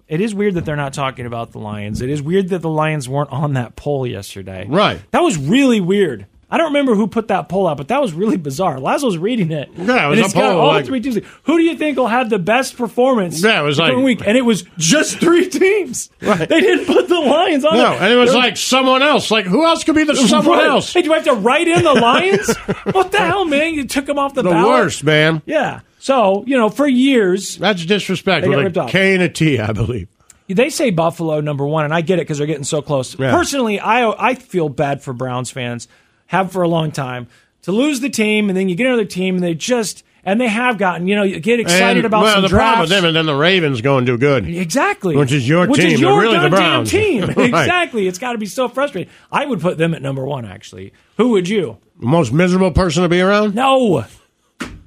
It is weird that they're not talking about the Lions. It is weird that the Lions weren't on that poll yesterday.
Right.
That was really weird. I don't remember who put that poll out, but that was really bizarre. Lazo's reading it.
Yeah, it was a
and it's got
poll,
all
like-
three teams. Who do you think will have the best performance?
Yeah, it was
during
like-
week, and it was just three teams. Right. They didn't put the Lions on.
No,
it.
and it was
They're-
like someone else. Like, who else could be the someone
Right.
else?
Hey, do I have to write in the Lions? what the hell, man? You took them off the,
The
ballot?
worst, man.
Yeah. So you know, for years,
that's disrespect.
They
With
got
a
ripped off.
K and a T, I believe.
They say Buffalo number one, and I get it because they're getting so close.
Yeah.
Personally, I I feel bad for Browns fans. Have for a long time to lose the team, and then you get another team, and they just and they have gotten you know you get excited
And,
about
well,
some
the problem
drafts.
with them, and then the Ravens going to do good.
Exactly.
Which is your
Which
team,
is
but
your
really the
goddamn
Browns.
team.
Right.
Exactly. It's got to be so frustrating. I would put them at number one, actually. Who would you?
Most miserable person to be around?
No.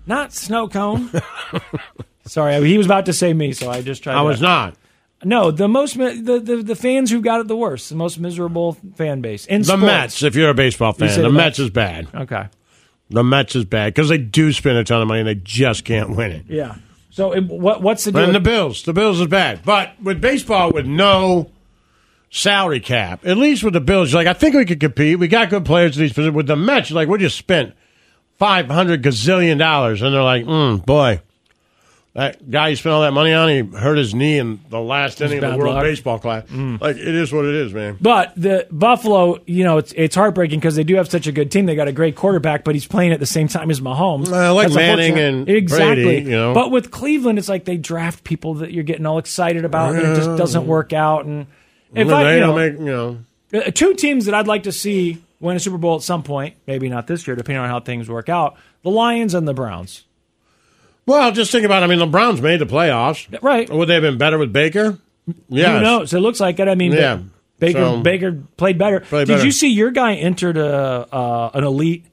Not snow cone. Sorry, he was about to say me, so I just tried.
I
to-
was not.
No, the most mi- the, the the fans who got it the worst, the most miserable fan base in
the
sports.
Mets, if you're a baseball
You
fan,
say
the
the
Mets
Mets.
is bad.
Okay.
The Mets is bad because they do spend a ton of money and they just can't win it.
Yeah. So it, what what's the deal?
And the Bills, the Bills is bad. But with baseball, with no salary cap, at least with the Bills, you're like, I think we could compete. We got good players in these positions. With the Mets, you're like, we just spent five hundred gazillion dollars, and they're like, mm, boy, that guy you spent all that money on, he hurt his knee in the last
It's
inning of the
bad
World
luck. Mm.
Baseball Class. Like, it is what it is, man.
but the Buffalo, you know, it's it's heartbreaking because they do have such a good team. They got a great quarterback, but he's playing at the same time as Mahomes.
Well, like
That's unfortunate.
Manning and
exactly.
Brady, you know.
But with Cleveland, it's like they draft people that you're getting all excited about, and it just doesn't work out. And if
Well,
I,
they
you
don't
know,
make- you know,
Uh, two teams that I'd like to see win a Super Bowl at some point, maybe not this year, depending on how things work out the Lions and the Browns.
Well, just think about. it. I mean, the Browns made the playoffs,
right?
Would they have been better with Baker? Yeah,
Who knows? It looks like it. I mean,
Yeah.
Baker
So-
Baker played better. Did
better.
you see your guy entered a, uh, an elite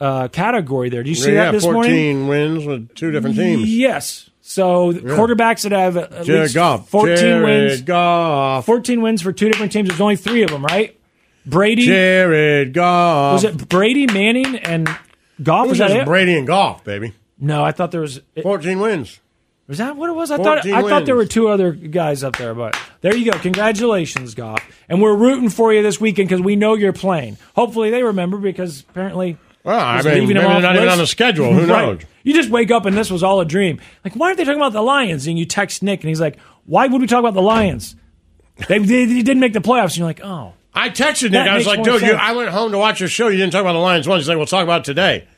uh, category there? Did you see
yeah,
that this morning?
14 wins with two different teams.
Yes. So the quarterbacks that have at
Jared
least
Goff.
14
Jared
wins.
Goff.
14 wins for two different teams. There's only three of them, right? Brady.
Jared Goff.
Was it Brady, Manning, and Goff?
It was
Was that
just
it?
Brady and Goff, baby.
No, I thought there was
14 wins.
Was that what it was? I thought
14
I thought there were
wins.
two other guys up there, but there you go. Congratulations, Goff, and we're rooting for you this weekend because we know you're playing. Hopefully, they remember because apparently,
Well, I
just
mean,
leaving them
maybe
off
they're not even
list.
on the schedule. Who
Right.
knows?
You just wake up and this was all a dream. Like, why aren't they talking about the Lions? And you text Nick, and he's like, "Why would we talk about the Lions? They, they, they didn't make the playoffs." And you're like, "Oh,
I texted Nick.
That
I was
makes
like,
more
dude, you,
sense.
I went home to watch your show. You didn't talk about the Lions once. He's like, we'll talk about it today.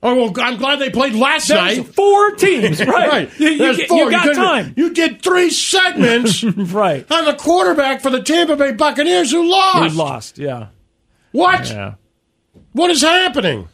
Oh, well, I'm glad they played last
There's
night.
four teams, right? You, you
There's
get-
four.
you got
couldn't-
time,
You did three segments
right?
on the quarterback for the Tampa Bay Buccaneers who
You
lost.
lost, yeah."
What?
Yeah.
What is happening?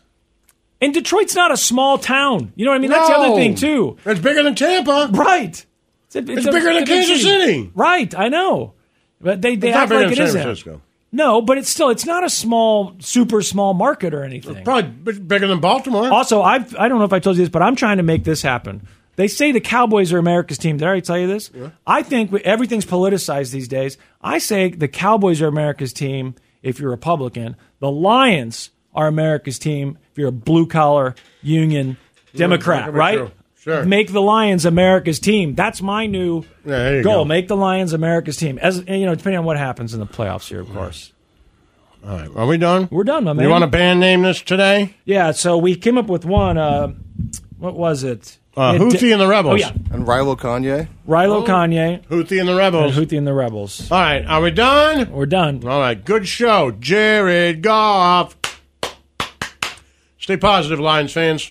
And Detroit's not a small town. You know what I mean? That's the
No.
other thing too.
It's bigger than Tampa,
right? It's,
It's bigger than Kansas City.
right? I know, but they they
It's not
act
bigger
like
than
it
San
isn't.
Francisco.
No, but it's still it's not a small, super small market or anything.
Probably bigger than Baltimore.
Also, I I don't know if I told you this, but I'm trying to make this happen. They say the Cowboys are America's team. Did I already tell you this? I think we- everything's politicized these days. I say the Cowboys are America's team if you're Republican. The Lions are America's team if you're a blue collar union Democrat,
Democrat,
right?
true. Sure.
Make the Lions America's team. That's my new
there you
goal.
go.
Make the Lions America's team. As and, you know, depending on what happens in the playoffs here, of course.
All right, are we done?
We're done, my man.
You want to band name this today?
Yeah, so we came up with one. Uh, what was it?
Uh,
It
Houthi
di-
and the Rebels. Oh.
Oh, yeah.
And Rilo Kanye.
Rilo Kanye.
Houthi and the Rebels.
And Houthi and the Rebels.
All right, are we done?
We're done.
All right, good show, Jared Goff. Stay positive, Lions fans.